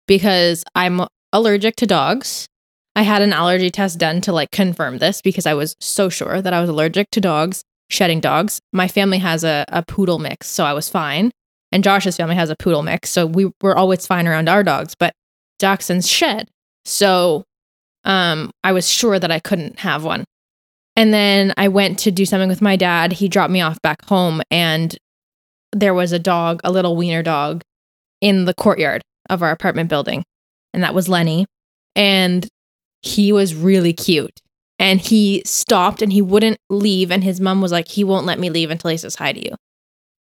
because I'm allergic to dogs. I had an allergy test done to like confirm this because I was so sure that I was allergic to dogs, shedding dogs. My family has a, a poodle mix, so I was fine. And Josh's family has a poodle mix, so we were always fine around our dogs, but dachshunds shed. So um, I was sure that I couldn't have one. And then I went to do something with my dad. He dropped me off back home, and there was a dog, a little wiener dog, in the courtyard of our apartment building. And that was Lenny. And he was really cute. And he stopped and he wouldn't leave. And his mom was like, he won't let me leave until he says hi to you.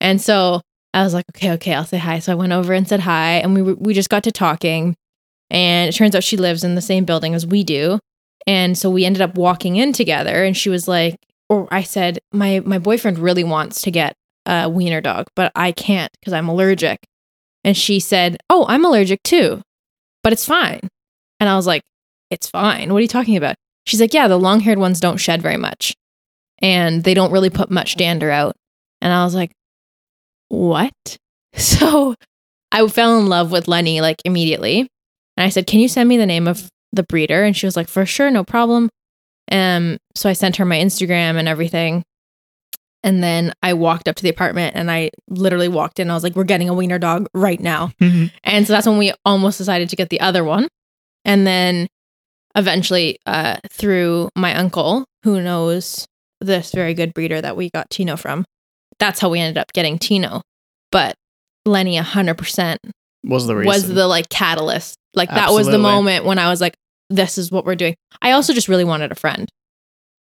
And so I was like, okay, okay, I'll say hi. So I went over and said hi. And we, were, we just got to talking. And it turns out she lives in the same building as we do. And so we ended up walking in together. And she was like, or I said, my, my boyfriend really wants to get a wiener dog, but I can't because I'm allergic. And she said, Oh, I'm allergic too, but it's fine. And I was like, It's fine. What are you talking about? She's like, Yeah, the long haired ones don't shed very much and they don't really put much dander out. And I was like, What? So I fell in love with Lenny like immediately. And I said, Can you send me the name of the breeder? And she was like, For sure, no problem. Um, so I sent her my Instagram and everything. And then I walked up to the apartment and I literally walked in. I was like, We're getting a wiener dog right now.
Mhm.
And so that's when we almost decided to get the other one. And then eventually, uh, through my uncle, who knows this very good breeder that we got Tino from, that's how we ended up getting Tino. But Lenny 100%
was the reason.
was the like catalyst. Like that was the
Absolutely.
moment when I was like, this is what we're doing. I also just really wanted a friend,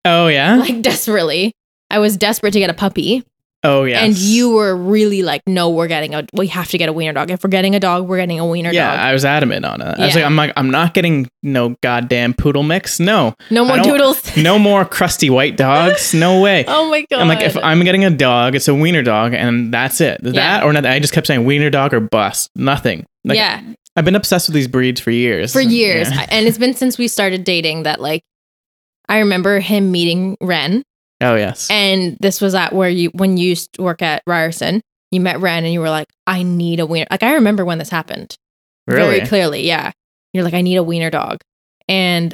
oh yeah,
like desperately. I was desperate to get a puppy.
oh yeah.
And you were really like, no, we're getting a, we have to get a wiener dog. If we're getting a dog, we're getting a wiener
yeah,
dog.
I was adamant on it. I was
Yeah.
like, I'm like, I'm not getting no goddamn poodle mix. No,
No
I
more
don't-
doodles.
no more crusty white dogs. No way.
Oh my god.
I'm like, if I'm getting a dog, it's a wiener dog, and that's it.
Yeah.
That or nothing. I just kept saying wiener dog or bust. Nothing. Like,
yeah,
I've been obsessed with these breeds for years.
for years.
Yeah.
And it's been since we started dating that like I remember him meeting Ren
Oh yes.
and this was at where you when you used to work at Ryerson, you met Ren and you were like, I need a wiener. Like I remember when this happened.
really.
Very clearly, yeah. You're like, I need a wiener dog. And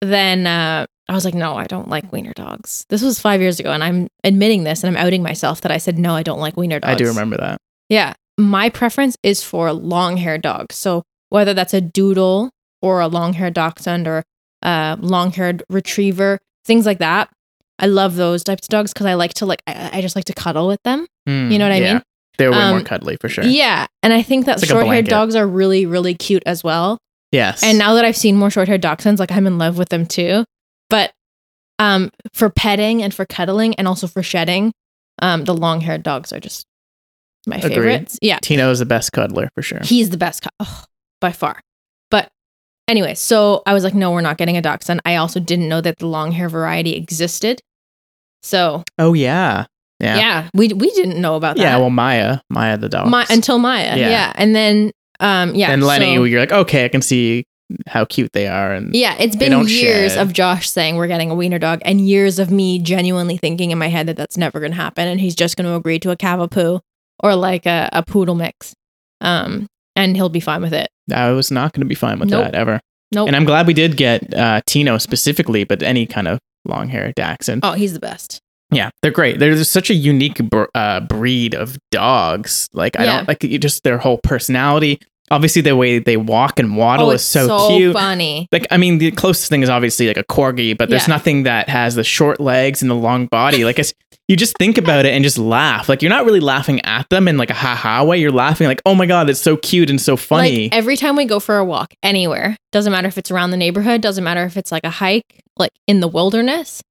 then uh, I was like, no, I don't like wiener dogs. This was five years ago, and I'm admitting this and I'm outing myself that I said, no, I don't like wiener dogs.
I do remember that.
Yeah. My preference is for long haired dogs. So whether that's a doodle or a long haired dachshund or a long haired retriever, things like that. I love those types of dogs because I like to like I, I just like to cuddle with them. You know what I mean?
Hmm. They're way more
Um,
cuddly for Mm, sure.
Yeah. And I think that
It's like a
short haired
blanket.
dogs are really, really cute as well.
Yes.
And now that I've seen more short haired dachshunds, like I'm in love with them too. But um, for petting and for cuddling and also for shedding. Um, the long haired dogs are just my
Agree.
favorites. Yeah.
Tino is the best cuddler for sure.
He's the best co- oh, by far. But anyway, so I was like, no, we're not getting a dachshund. I also didn't know that the long hair variety existed. So
Oh yeah,
yeah,
yeah, yeah.
we we didn't know about that.
well, Maya, Maya the dog,
Ma- until Maya.
Yeah.
Yeah. and then um yeah.
and Lenny,
so-
you're like, okay, I can see how cute they are, and
yeah, it's
they
been
don't
years
shed.
of Josh saying we're getting a wiener dog, and years of me genuinely thinking in my head that that's never going to happen, and he's just going to agree to a cavapoo or like a, a poodle mix, um, and he'll be fine with it.
I was not going to be fine with
Nope.
that ever.
Nope.
And I'm glad we did get uh, Tino specifically, but any kind of long hair dachshund.
oh, he's the best.
Yeah, they're great. They're just such a unique br- uh, breed of dogs. Like I
Yeah.
don't like you- just their whole personality. Obviously, the way they walk and waddle
oh,
is so, cute.
funny.
Like I mean, the closest thing is obviously like a corgi, but there's
Yeah.
nothing that has the short legs and the long body. Like it's you just think about it and just laugh. Like you're not really laughing at them in like a ha ha way. You're laughing like, oh my god, it's so cute and so funny.
Like every time we go for a walk anywhere, doesn't matter if it's around the neighborhood, doesn't matter if it's like a hike, like in the wilderness,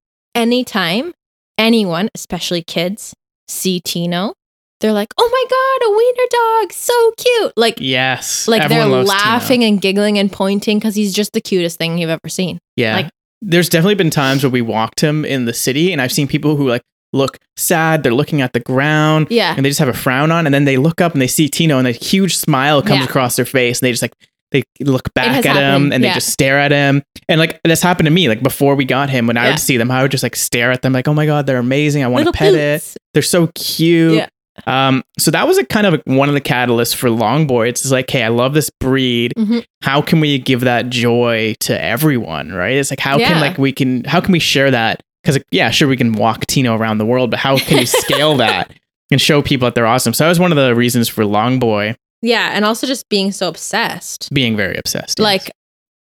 anytime anyone, especially kids, see Tino, they're like, "Oh my god, a wiener dog, so cute!" Like,
yes,
like
everyone
they're
loves Tino.
laughing and giggling and pointing because he's just the cutest thing you've ever seen.
Yeah.
Like-
there's definitely been times where we walked him in the city and I've seen people who like look sad, they're looking at the ground
Yeah,
and they just have a frown on and then they look up and they see Tino and a huge smile comes
Yeah.
across their face and they just like they look back
has
at him
happened,
and
yeah.
they just stare at him. And like that's happened to me like before we got him when I
Yeah.
would see them I would just like stare at them like oh my god, they're amazing. I want to
little
pet it.
poots.
They're so cute.
Yeah.
Um, so that was a kind of one of the catalysts for Longboy. It's just like, hey, I love this breed.
Mhm.
How can we give that joy to everyone? Right? It's like how
Yeah.
can like we can how can we share that? Because yeah, sure we can walk Tino around the world, but how can you scale that and show people that they're awesome? So that was one of the reasons for Longboy
Yeah, and also just being so obsessed.
being very obsessed. yes.
Like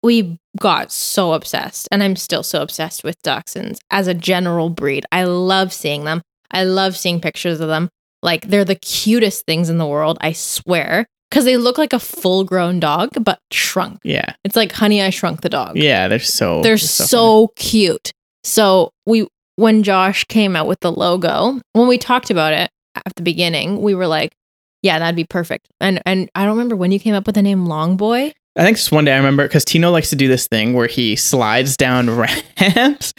we got so obsessed, and I'm still so obsessed with dachshunds as a general breed. I love seeing them. I love seeing pictures of them. Like they're the cutest things in the world, I swear. Because they look like a full grown dog, but shrunk.
yeah,
It's like honey, I shrunk the dog.
yeah, they're so
They're
so
so,
funny.
cute. So we when Josh came out with the logo, when we talked about it at the beginning, we were like, yeah, that'd be perfect. And and I don't remember when you came up with the name Long Boy.
I think just one day I remember because Tino likes to do this thing where he slides down ramps.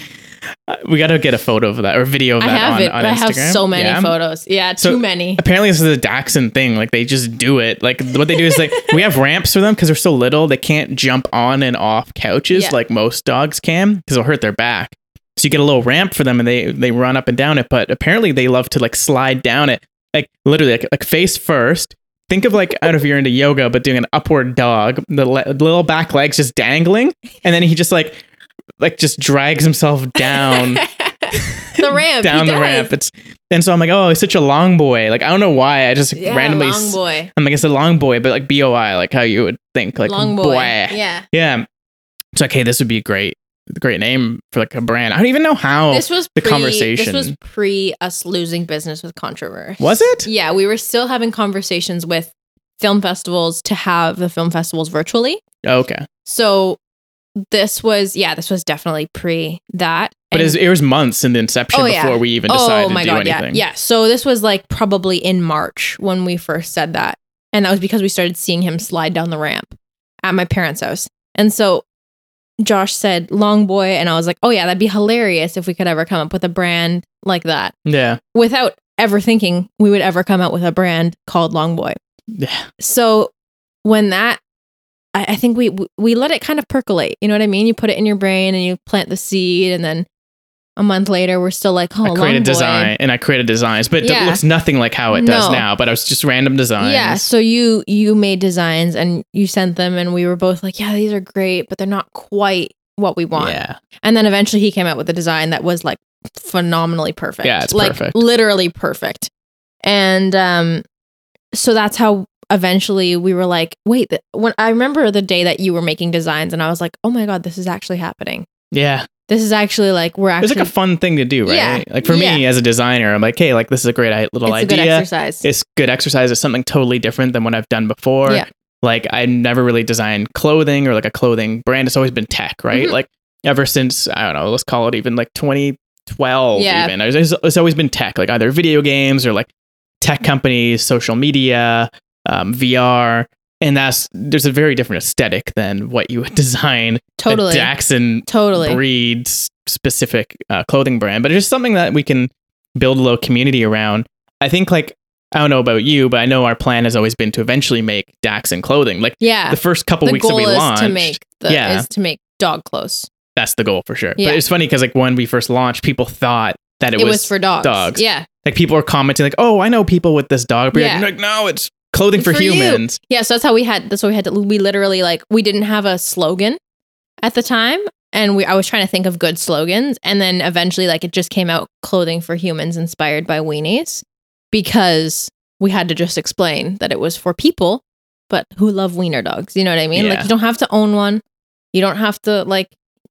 Uh, We got to get a photo of that or video of
I
that
have
on,
it.
on
I
Instagram.
have so many
Yeah.
photos. Yeah,
So-
too many.
Apparently, this is a Dachshund thing. Like they just do it. Like what they do is like we have ramps for them because they're so little they can't jump on and off couches
Yeah.
like most dogs can because it'll hurt their back. So you get a little ramp for them and they they run up and down it. But apparently, they love to like slide down it, like literally like, like face first. Think of like I don't know if you're into yoga, but doing an upward dog, the le- little back legs just dangling, and then he just like like just drags himself down
the ramp.
um, down
he
the
does.
ramp. It's and so I'm like, oh, he's such a long boy. Like I don't know why. I just
Yeah,
randomly.
Long
s-
Boy.
I'm like it's a long boy, but like B O I, like how you would think, like
long Boy. Yeah.
Yeah. It's like, hey, this would be a great, great name for like a brand. I don't even know how.
this was
Oh, the
pre,
conversation.
This was pre us losing business with Controverse.
was it?
Yeah, we were still having conversations with film festivals to have the film festivals virtually.
Okay,
So this was yeah, this was definitely pre that.
but it
And-
was, it was months in the inception
Oh, yeah.
before we even
oh
decided
my
to do
god,
anything.
yeah, yeah. So this was like probably in March when we first said that, and that was because we started seeing him slide down the ramp at my parents' house, and so. Josh said long boy and I was like, "Oh yeah, that'd be hilarious if we could ever come up with a brand like that."
yeah,
Without ever thinking we would ever come out with a brand called Long Boy.
yeah.
so when that I, I think we we let it kind of percolate you know what i mean you put it in your brain and you plant the seed and then a month later we're still like oh
I created
long boy.
design and I created designs, but
Yeah.
it looks nothing like how it does
No.
now. But I was just random designs.
yeah so you you made designs and you sent them and we were both like yeah these are great but they're not quite what we want
yeah,
and then eventually he came out with a design that was like phenomenally perfect
Yeah, it's
like
perfect.
literally perfect and um so that's how eventually we were like wait th- when i remember the day that you were making designs and i was like oh my god this is actually happening
yeah.
this is actually like we're
It was
actually
like a fun thing to do, right?
Yeah.
Like for me as a designer, I'm like, hey, like this is a great i- little
it's a
idea.
good exercise
it's good exercise. It's something totally different than what I've done before.
Yeah.
Like I never really designed clothing or like a clothing brand. It's always been tech, right?
Mhm.
Like ever since I don't know, let's call it even like 2012.
Yeah.
Even It's- it's, it's always been tech, like either video games or like tech companies, social media, um, VR, and that's there's a very different aesthetic than what you would design
Totally.
a Jackson
Totally.
breed s- specific uh, clothing brand, but it's just something that we can build a little community around. I think like I don't know about you, but I know our plan has always been to eventually make Daxon clothing. Like
Yeah.
the first couple
the
weeks that
goal
we
is
launched,
to make the,
Yeah.
is to make dog clothes.
that's the goal for sure.
Yeah.
But it's funny because like when we first launched, people thought that
It,
it,
was, for dogs.
dogs.
Yeah.
like people are commenting like, "Oh, I know people with this dog breed."
Yeah.
Like, no, it's clothing for,
For you.
humans.
Yeah, so that's how we had that's what we had to we literally like we didn't have a slogan at the time and we I was trying to think of good slogans and then eventually like it just came out clothing for humans inspired by weenies because we had to just explain that it was for people but who love wiener dogs, you know what I mean?
Yeah.
Like you don't have to own one. You don't have to like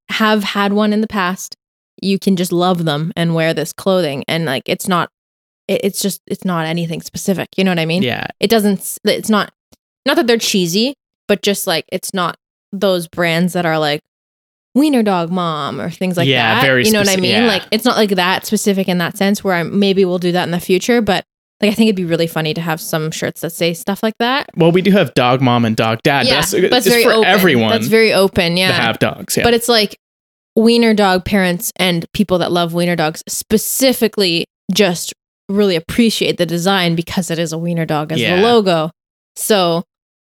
have had one in the past. You can just love them and wear this clothing and like it's not it, it's just it's not anything specific, you know what I mean?
Yeah,
it doesn't s- that it's not not that they're cheesy but just like it's not those brands that are like wiener dog mom or things like
Yeah,
that
very
you know what i
speci-
mean
yeah.
like it's not like that specific in that sense where i maybe we'll do that in the future but like i think it'd be really funny to have some shirts that say stuff like that
Well, we do have dog mom and dog dad. but that's, uh, it's for
open.
everyone
that's very open yeah
to have dogs. Yeah.
but it's like wiener dog parents and people that love wiener dogs specifically just really appreciate the design because it is a wiener dog as
Yeah.
the logo. So,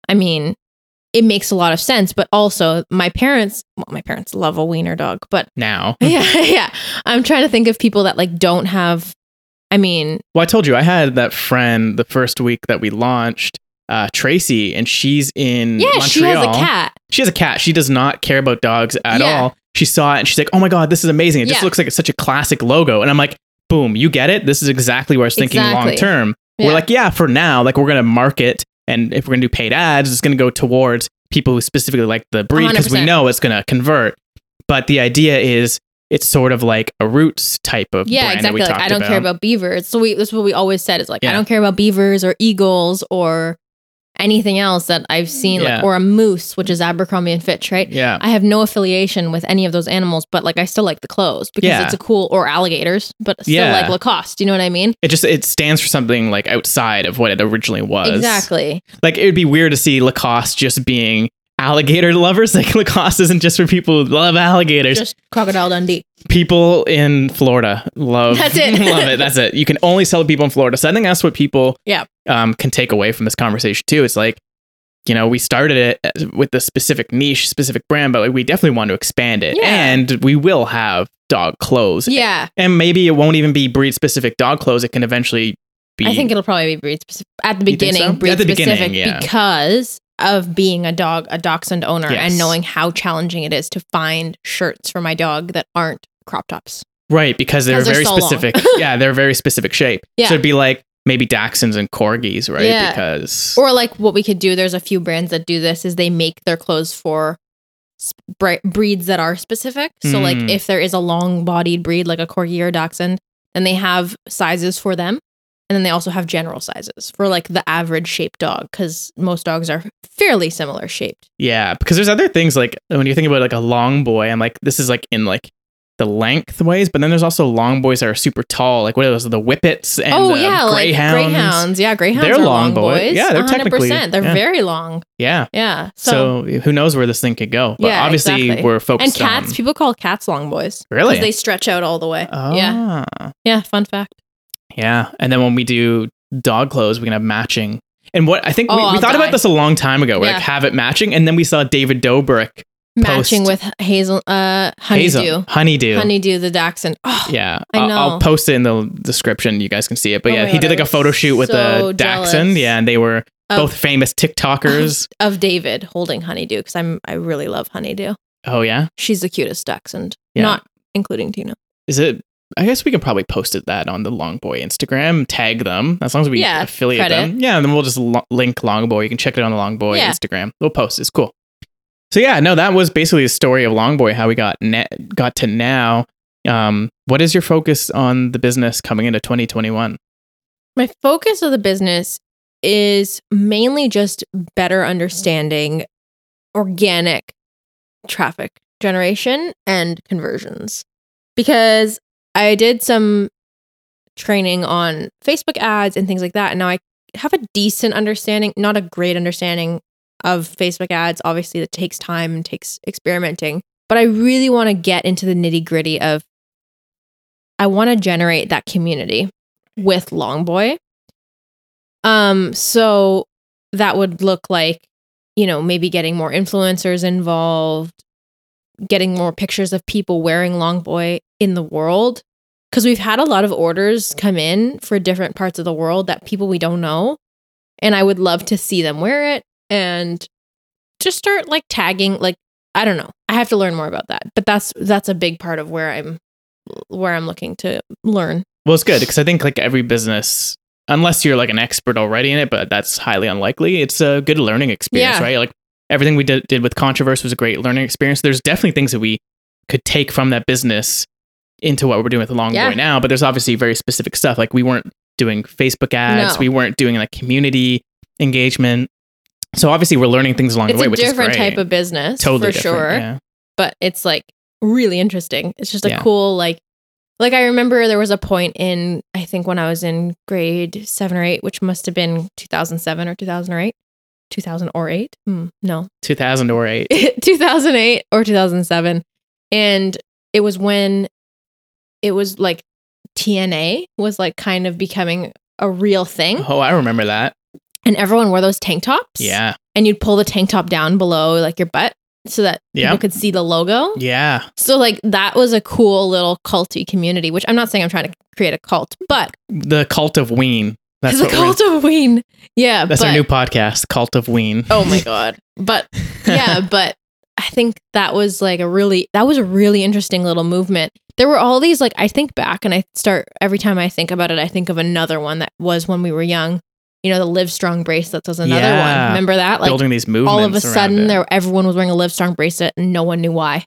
I mean, it makes a lot of sense, but also my parents, well, my parents love a wiener dog, but
now,
yeah, yeah. I'm trying to think of people that like don't have, I mean,
Well, I told you I had that friend the first week that we launched, uh, Tracy, and she's in
yeah,
Montreal.
she has a cat.
She has a cat. She does not care about dogs at
Yeah.
all. She saw it and she's like, "Oh my god, this is amazing! It just
Yeah.
looks like it's such a classic logo." And I'm like, "Boom, you get it. This is exactly what I was thinking
Exactly.
long term."
Yeah.
We're like, "Yeah, for now, like we're gonna market, and if we're gonna do paid ads, it's gonna go towards people who specifically like the breed because we
100%.
know it's gonna convert." But the idea is, it's sort of like a roots type of
Yeah,
brand that
exactly.
we
Like
talked
I don't care about beavers. So we that's what we always said is like
Yeah.
I don't care about beavers or eagles or anything else that I've seen
Yeah.
like, or a moose, which is Abercrombie and Fitch, right?
yeah.
I have no affiliation with any of those animals, but like I still like the clothes because
Yeah.
it's a cool or alligators, but still
Yeah.
like Lacoste. You know what I mean?
it just it stands for something like outside of what it originally was.
Exactly.
Like it would be weird to see Lacoste just being alligator lovers. Like Lacoste isn't just for people who love alligators.
Just crocodile Dundee.
people in Florida love
That's it.
love it. That's it. You can only sell to people in Florida. So I think that's what people
Yeah.
um can take away from this conversation too. It's like you know, we started it as- with this specific niche, specific brand, but like, we definitely want to expand it.
Yeah.
And we will have dog clothes.
Yeah,
And maybe it won't even be breed specific dog clothes. It can eventually be
I think it'll probably be breed specific at the
You think
beginning.
so?
Breed
At the
specific
beginning, yeah.
because of being a dog, a dachshund owner,
Yes.
and knowing how challenging it is to find shirts for my dog that aren't crop tops.
Right, because they're
'Cause they're
very
so long.
specific. yeah, they're very specific shape.
Yeah.
So it'd be like maybe dachshunds and corgis, right?
Yeah.
Because
Or like what we could do, there's a few brands that do this is they make their clothes for s- bre- breeds that are specific. So like
Mm.
if there is a long-bodied breed like a corgi or a dachshund, then they have sizes for them. And then they also have general sizes for like the average shaped dog cuz most dogs are fairly similar shaped.
yeah, because there's other things like when you think about like a long boy, I'm like this is like in like the length ways, but then there's also long boys that are super tall, like what are those the whippets and
oh
the
yeah,
greyhounds.
like greyhounds. Yeah, greyhounds
They're
are long,
long boy-
boys.
yeah, they're technically-
They're
yeah.
very long.
Yeah.
Yeah. So,
So, who knows where this thing could go? But
Yeah,
obviously
exactly.
we're focused
and cats,
on
people call cats long boys.
Really?
Because they stretch out all the way.
Oh,
Yeah.
yeah.
Yeah, fun fact.
Yeah. And then when we do dog clothes, we can have matching. And what I think
Oh,
we, we
I'll
thought about
die.
this a long time ago. We're
Yeah.
like, have it matching. And then we saw David Dobrik,
matching
post-
with hazel uh honeydew
Hazel, honeydew.
honeydew the dachshund oh
Yeah.
I
I'll- I'll
know.
post it in the description. You guys can see it. But
Oh
yeah,
my
he
God,
did
I
like a
was
photo shoot with
so
the Dachshund.
jealous Oh.
Yeah. And they were
of,
both famous TikTokers.
of david holding honeydew because i'm i really love honeydew
oh, yeah.
she's the cutest dachshund
Yeah.
not including tina
Is it? I guess we can probably post it that on the Longboy Instagram, tag them as long as we
Yeah,
affiliate
credit.
them. Yeah, and then we'll just lo- link Longboy. You can check it on the Longboy
Yeah.
Instagram. We'll post. It's cool. So yeah, no, that was basically the story of Longboy, how we got ne- got to now. Um, what is your focus on the business coming into 2021?
my focus of the business is mainly just better understanding organic traffic generation and conversions because I did some training on Facebook ads and things like that. And now I have a decent understanding, not a great understanding of Facebook ads. Obviously, that takes time and takes experimenting, but I really want to get into the nitty gritty of I want to generate that community with Longboy. Um, so that would look like, you know, maybe getting more influencers involved, getting more pictures of people wearing Longboy in the world. Cause we've had a lot of orders come in for different parts of the world that people we don't know. And I would love to see them wear it and just start like tagging, like, I don't know. I have to learn more about that. But that's that's a big part of where I'm where I'm looking to learn.
Well, it's good because I think like every business, unless you're like an expert already in it, but that's highly unlikely. It's a good learning experience,
Yeah.
right? Like everything we did, did with Controverse was a great learning experience. There's definitely things that we could take from that business into what we're doing with Longboy
Yeah.
now, but there's obviously very specific stuff. Like we weren't doing Facebook ads,
No.
we weren't doing like community engagement. So obviously we're learning things along
it's
the way,
a
which
different
is great.
type of business
totally
for
different,
sure
yeah.
but it's like really interesting it's just a
Yeah.
cool like like i remember there was a point in i think when i was in grade 7 or 8 which must have been 2007 or 2008 2000 or 8 Hmm, no
2000 or 8.
2008 or 2007 and it was when it was like tna was like kind of becoming a real thing
Oh, I remember that.
and everyone wore those tank tops
Yeah.
and you'd pull the tank top down below like your butt so that
Yeah.
people could see the logo.
Yeah.
So like that was a cool little culty community, which I'm not saying I'm trying to create a cult, but
The cult of Ween. That's
the
what we're-
cult of Ween. Yeah.
That's
but,
our new podcast, Cult of Ween.
Oh my god. But yeah, but I think that was like a really that was a really interesting little movement. There were all these like I think back and I start every time I think about it, I think of another one that was when we were young. You know, the Live Strong bracelets was another
Yeah.
one. Remember that? Like
building these movements.
all of a
around
sudden
it.
there everyone was wearing a Livestrong bracelet and no one knew why.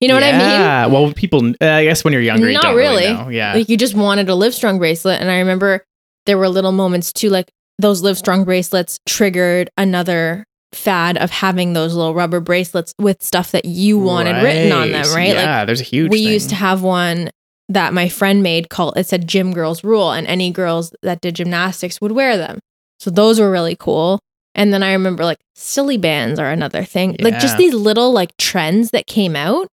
You know what I mean?
Yeah. Well, people. Uh, I guess when you're younger, you
Not
don't really.
really.
know. Yeah.
Like you just wanted a Livestrong bracelet and I remember there were little moments too like those Livestrong bracelets triggered another fad of having those little rubber bracelets with stuff that you wanted written on them, right? Like
Yeah. there's a huge.
we
thing.
used to have one that my friend made called it said gym girls rule and any girls that did gymnastics would wear them so those were really cool and then i remember like silly bands are another thing like
Yeah.
just these little like trends that came out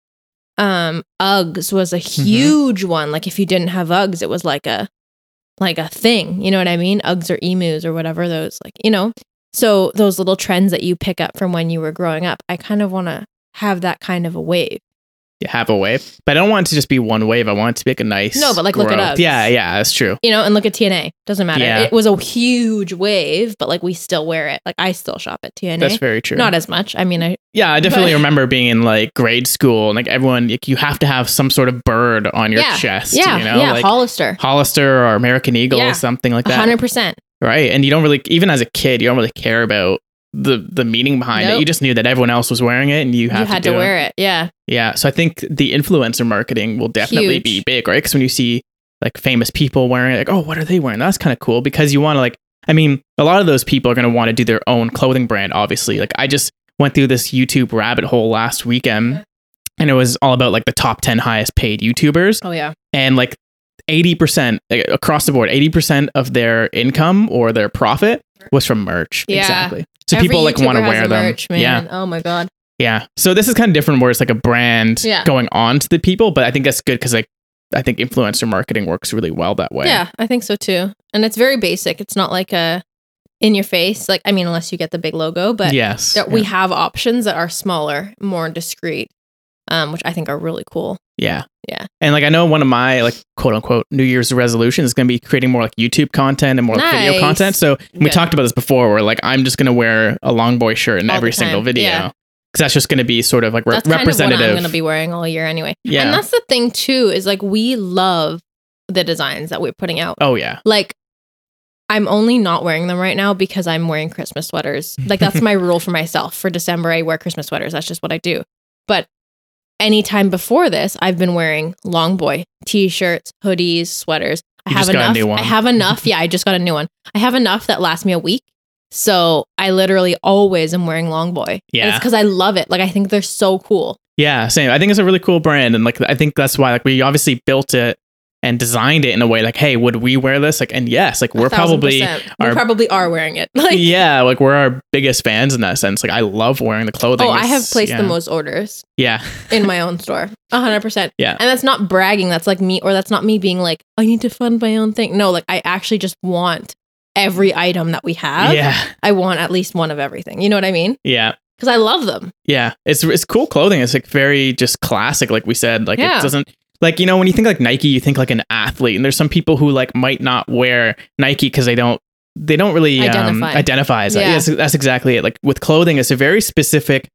um uggs was a
Mm-hmm.
huge one like if you didn't have uggs it was like a like a thing you know what i mean uggs or emus or whatever those like you know so those little trends that you pick up from when you were growing up i kind of want to have that kind of a wave
You have a wave, but I don't want it to just be one wave. I want it to be like a nice.
No, but, like, look at us.
growth. Yeah. Yeah. That's true.
you know, and look at TNA. Doesn't matter.
Yeah.
It was a huge wave, but like we still wear it. Like I still shop at TNA.
That's very true.
Not as much. I mean, I
yeah, I definitely
but-
remember being in like grade school and like everyone, like, you have to have some sort of bird on your
Yeah.
chest.
yeah,
You know,
yeah,
like
Hollister,
Hollister or American Eagle
Yeah.
or something like that.
hundred percent.
Right. And you don't really even as a kid, you don't really care about the the meaning behind it.
Nope.
You just knew that everyone else was wearing it and you,
You
have
had
to,
to,
do
wear it. Yeah,
it. Yeah. So I think the influencer marketing will definitely
Huge.
be big, right? Because when you see like famous people wearing it, like, oh, what are they wearing? That's kind of cool because you want to like I mean, a lot of those people are gonna want to do their own clothing brand, obviously. Like I just went through this YouTube rabbit hole last
Mm-hmm.
weekend and it was all about like the top ten highest paid YouTubers
Oh yeah.
and like 80% like, across the board 80% of their income or their profit was from merch
Yeah.
exactly so
Every
people like
YouTuber
want to
has
wear
a
them
merch, man.
yeah
Oh my god.
yeah so this is kind of different where it's like a brand
Yeah.
going on to the people but i think that's good because like i think influencer marketing works really well that way
Yeah, I think so too. And it's very basic. It's not like a in your face. Like I mean, unless you get the big logo, but
yes
that
yeah.
we have options that are smaller, more discreet, um, which I think are really cool.
yeah
Yeah.
and like i know one of my like quote unquote new year's resolution is going to be creating more like youtube content and more like, video
Nice.
content so we
Good.
talked about this before where like i'm just going to wear a long boy shirt in
All the
every single
time,
video
yeah.
Cause that's just going to be sort of like re-
That's kind of what
representative.
I'm going to be wearing all year anyway.
Yeah.
And that's the thing too is like we love the designs that we're putting out.
oh yeah.
Like I'm only not wearing them right now because I'm wearing Christmas sweaters. Like that's my rule for myself. For December I wear Christmas sweaters. That's just what I do. But anytime before this, I've been wearing long boy t-shirts, hoodies, sweaters. I
You
have
just got a
enough.
new one.
I have enough. Yeah, I just got a new one. I have enough that lasts me a week. So I literally always am wearing long boy. And
Yeah.
it's because I love it. Like I think they're so cool.
Yeah, same. I think it's a really cool brand, and like I think that's why like we obviously built it and designed it in a way like, hey, would we wear this? Like, and yes, like we're
we
probably our-
probably are wearing it. Like,
yeah, like we're our biggest fans in that sense. Like, I love wearing the clothing.
oh, I have
It's-
placed
yeah.
the most orders
Yeah,
in my own store, hundred percent.
Yeah.
and that's not bragging. That's like me, or that's not me being like, I need to fund my own thing. No, like I actually just want every item that we have.
yeah,
I want at least one of everything. You know what I mean?
yeah,
Because I love them.
yeah. It's it's cool clothing. It's like very just classic. Like we said, like
Yeah.
it doesn't. Like you know, when you think like Nike, you think like an athlete, and there's some people who like might not wear Nike because they don't they don't really um,
Identify.
identify as that.
Yeah.
Yes, that's exactly it. Like with clothing, it's a very specific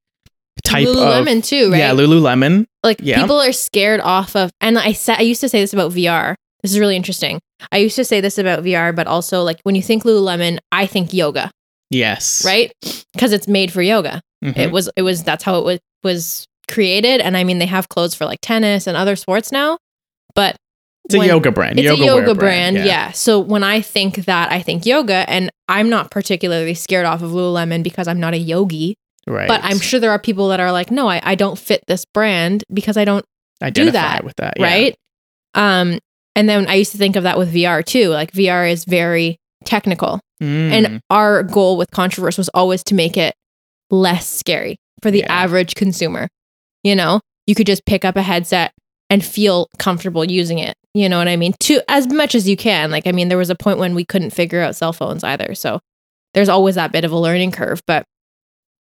type of
Lululemon too, right?
Yeah, Lululemon.
like
Yeah.
people are scared off of and i said i used to say this about vr this is really interesting i used to say this about vr but also like when you think lululemon i think yoga
Yes.
right because it's made for yoga
Mhm.
it was it was that's how it was was created and i mean they have clothes for like tennis and other sports now but
it's a
when-
yoga brand.
it's a
wear
yoga brand, yeah. so when i think that i think yoga and i'm not particularly scared off of lululemon because i'm not a yogi
Right.
but i'm sure there are people that are like no I, I don't fit this brand because i don't
identify
that,
with that. yeah.
right? Um, and then I used to think of that with VR too. Like VR is very technical,
Mm.
and our goal with Controverse was always to make it less scary for the
Yeah.
average consumer. You know, you could just pick up a headset and feel comfortable using it. You know what I mean? To as much as you can. Like, I mean, there was a point when we couldn't figure out cell phones either, so there's always that bit of a learning curve. But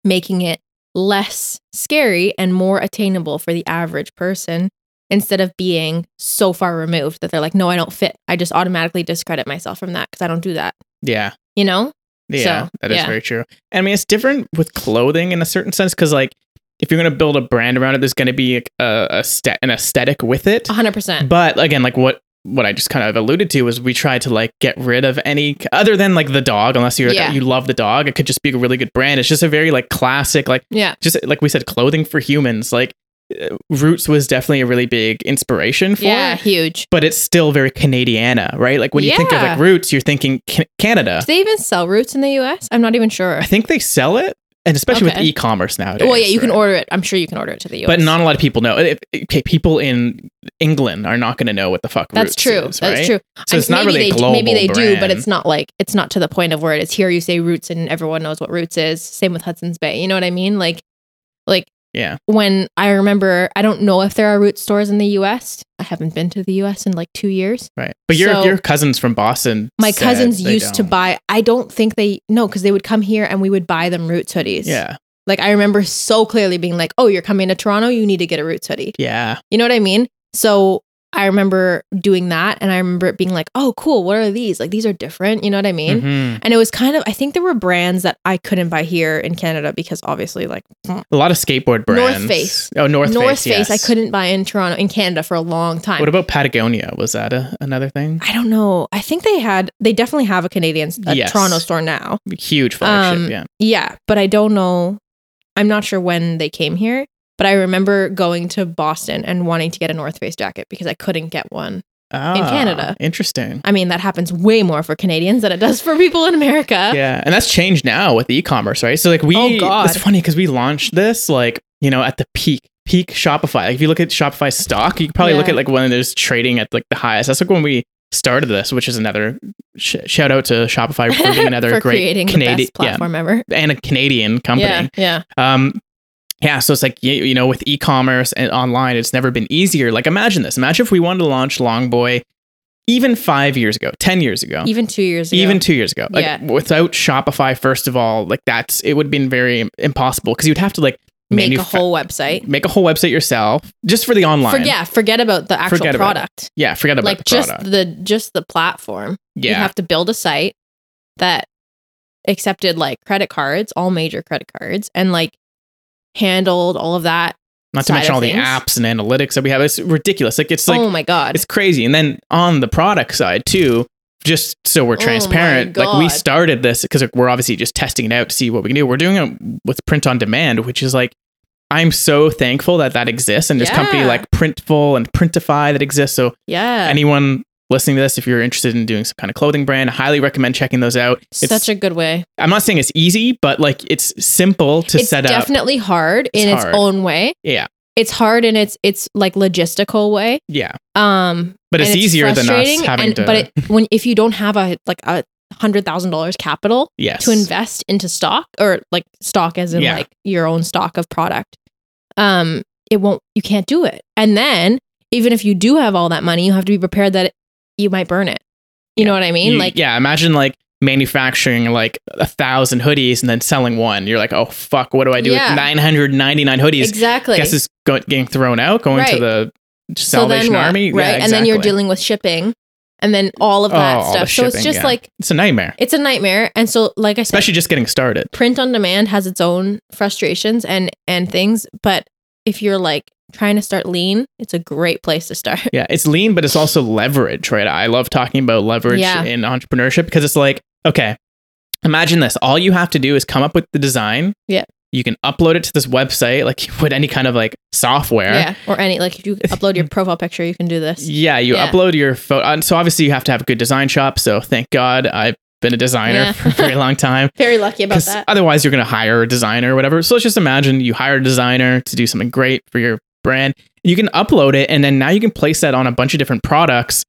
making it less scary and more attainable for the average person instead of being so far removed that they're like, no, I don't fit. I just automatically discredit myself from that because I don't do that.
yeah.
You know?
Yeah,
So,
that is
yeah.
very true. I mean, it's different with clothing in a certain sense because, like, if you're going to build a brand around it, there's going to be like, a, a sta- an aesthetic with it.
100%.
But again, like what what I just kind of alluded to is we tried to like get rid of any other than like the dog, unless you're
Yeah.
you love the dog, it could just be a really good brand. It's just a very like classic, like
Yeah.
just like we said, clothing for humans. Like uh, Roots was definitely a really big inspiration for.
Yeah,
it,
huge.
But it's still very Canadiana, right? Like when you think of
Yeah.
like Roots, you're thinking Ca- Canada.
Do they even sell roots in the US? I'm not even sure.
I think they sell it, and especially
Okay.
with e-commerce nowadays.
Well, yeah, you can
right?
order it. I'm sure you can order it to the US.
but not a lot of people know. If, okay, people in England are not going to know what the fuck.
That's
Roots
true.
is,
That's
right?
true.
So it's
I-
not really a
they
global.
Maybe they do, but
brand.
it's not like it's not to the point of where it is here. You say roots, and everyone knows what roots is. Same with Hudson's Bay. You know what I mean? Like, like
Yeah.
When I remember, I don't know if there are root stores in the U.S. I haven't been to the U.S. in like two years.
right. But your
So-
your cousins from Boston.
My
said
cousins
they
used to
don't.
buy. I don't think they no, because they would come here and we would buy them roots hoodies.
Yeah,
Like I remember so clearly being like, "Oh, you're coming to Toronto. You need to get a roots hoodie."
yeah,
You know what I mean? So I remember doing that and I remember it being like, oh, cool. What are these? Like, these are different. You know what I mean?
Mhm.
And it was kind of, I think there were brands that I couldn't buy here in Canada because obviously, like,
a lot of skateboard brands.
Face.
Oh, North,
North, Face,
yes.
I couldn't buy in Toronto, in Canada for a long time.
What about Patagonia? Was that a, another thing?
I don't know. I think they had, they definitely have a Canadian, a
Yes.
Toronto store now.
Huge flagship.
Um,
yeah.
Yeah, but I don't know. I'm not sure when they came here, but I remember going to Boston and wanting to get a North Face jacket because I couldn't get one
Ah,
Canada.
Interesting.
I mean, that happens way more for Canadians than it does for people in America.
yeah and that's changed now with e-commerce right so like we
Oh, God.
it's funny because we launched this like you know at the peak peak shopify like if you look at shopify stock you could probably look
Yeah.
at like when there's trading at like the highest that's like when we started this which is another sh- shout out to shopify for being another
for
great
creating
canadian
the best platform ever.
yeah, and a canadian company
Yeah,
um yeah so it's like you, you know with e-commerce and online it's never been easier like imagine this imagine if we wanted to launch longboy even five years ago ten years ago
yeah. Even two years ago.
even two years ago like
Yeah.
without shopify first of all like that's it would have been very impossible because you'd have to like
make a
manufa-
whole website.
make a whole website yourself just for the online
For, yeah, forget about the actual
Forget about it.
product.
yeah forget about
Like
the
just
product
the just the platform. You'd
yeah
have to build a site that accepted like credit cards, all major credit cards, and like handled all of that.
not to
side
mention
of
all the
things.
apps and analytics that we have it's ridiculous like it's like
oh my god.
it's crazy and then on the product side too just so we're
Oh my
transparent like we
God.
started this because we're obviously just testing it out to see what we can do we're doing it with print on demand which is like i'm so thankful that that exists and there's company
Yeah.
like printful and printify that exists so
yeah.
anyone listening to this, if you're interested in doing some kind of clothing brand, I highly recommend checking those out. It's,
Such a good way.
I'm not saying it's easy, but like it's simple to
it's
set up.
definitely hard in
It's
its
hard.
own way.
Yeah.
it's hard in its it's like logistical way.
Yeah.
Um,
But
and
it's, easier than us
frustrating,
having
and-
to.
But it, when if you don't have a like a hundred thousand dollars capital
yes.
to invest into stock or like stock as in
Yeah.
like your own stock of product, um, it won't. You can't do it. And then even if you do have all that money, you have to be prepared that it, you might burn it. You know what I mean?
You-
like
yeah, imagine like manufacturing like a thousand hoodies and then selling one. You're like, oh fuck, what do I do
Yeah.
with 999 hoodies?
exactly.
Guess it's go- getting thrown out, going
Right.
to the Salvation
what?
Army, Yeah,
right? And then you're
exactly.
dealing with shipping, and then all of
Oh,
that
all the
stuff. so it's
shipping,
just
yeah.
like
It's a nightmare,
it's a nightmare. And so, like I said,
especially just getting started.
print on demand has its own frustrations and and things. But if you're like trying to start lean, it's a great place to start.
Yeah, it's lean, but it's also leverage, right? I love talking about leverage
Yeah.
in entrepreneurship because it's like, okay, imagine this. All you have to do is come up with the design.
Yeah.
You can upload it to this website, like you would any kind of like software.
Yeah, or any like if you upload your profile picture, you can do this.
Yeah, you
Yeah.
upload your photo. and so obviously you have to have a good design shop. So thank God I've been a designer
Yeah.
for a very long time.
Very lucky about
Because
that.
otherwise you're going to hire a designer or whatever. So let's just imagine you hire a designer to do something great for your brand. You can upload it and then now you can place that on a bunch of different products,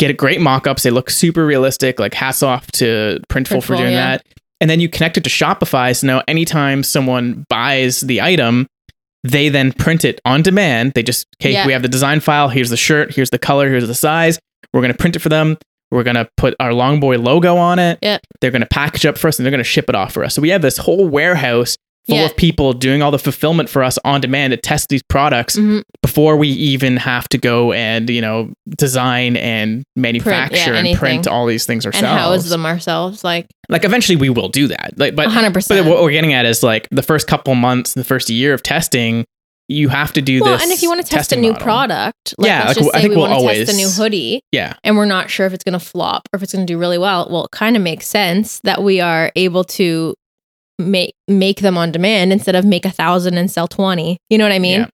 get a great mock-ups. They look super realistic, like hats off to Printful, for
Printful,
doing
yeah.
that. And then you connect it to Shopify. So now anytime someone buys the item, they then print it on demand. They just, okay,
Yeah.
we have the design file. Here's the shirt. Here's the color. Here's the size. We're going to print it for them. We're going to put our Longboy logo on it.
Yep.
They're going to package up for us and they're going to ship it off for us. So we have this whole warehouse full
Yeah.
of people doing all the fulfillment for us on demand to test these products
Mhm.
before we even have to go and, you know, design and manufacture and
anything.
print all these things ourselves.
And how is them ourselves? Like
like eventually we will do that. Like but
100.
but
percent
what we're getting at is like the first couple months, the first year of testing, you have to do
Well,
this.
and if you want to test a
testing
new
model.
product,
Yeah,
let's
like,
just
I
say
think
we
we'll
want to test a new
always-
hoodie,
yeah,
and we're not sure if it's going to flop or if it's going to do really well. Well, it kind of makes sense that we are able to make make them on demand instead of make a thousand and sell twenty. You know what I mean?
Yeah.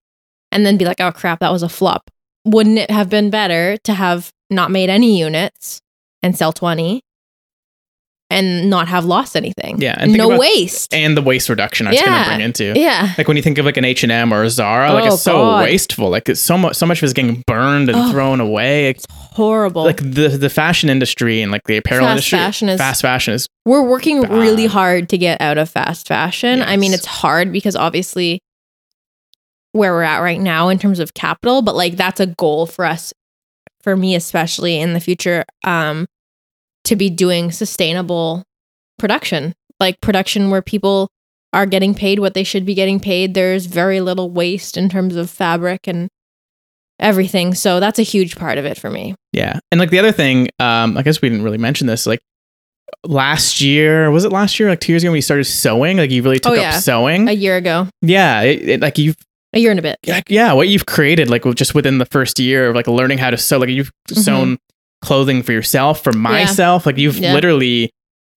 And then be like, oh crap, that was a flop. Wouldn't it have been better to have not made any units and sell twenty, and not have lost anything?
Yeah, and think
no
about-
waste.
and the waste reduction I was going
Yeah.
to bring into.
yeah.
Like when you think of like an H and M or a Zara, like
Oh,
it's so
God.
wasteful. Like it's so much, so much of it's getting burned and
Oh.
thrown away. It's
It's horrible.
like the the fashion industry and like the apparel
Fast
industry,
fashion is-
fast fashion is
We're working
Bad.
really hard to get out of fast fashion. I mean,
Yes.
it's hard because obviously where we're at right now in terms of capital, but like that's a goal for us, for me especially in the future, um, to be doing sustainable production, like production where people are getting paid what they should be getting paid. There's very little waste in terms of fabric and everything. So that's a huge part of it for me.
Yeah. And like the other thing, um, I guess we didn't really mention this. Like last year, was it last year? Like two years ago, when you started sewing, like you really took
Oh, yeah.
up sewing.
A year ago,
yeah. It, it- like you've,
a year and a bit.
like, Mm-hmm. yeah, what you've created, like with- just within the first year of like learning how to sew, like you've
Mm-hmm.
sewn clothing for yourself, for myself. Like you've
Yeah.
literally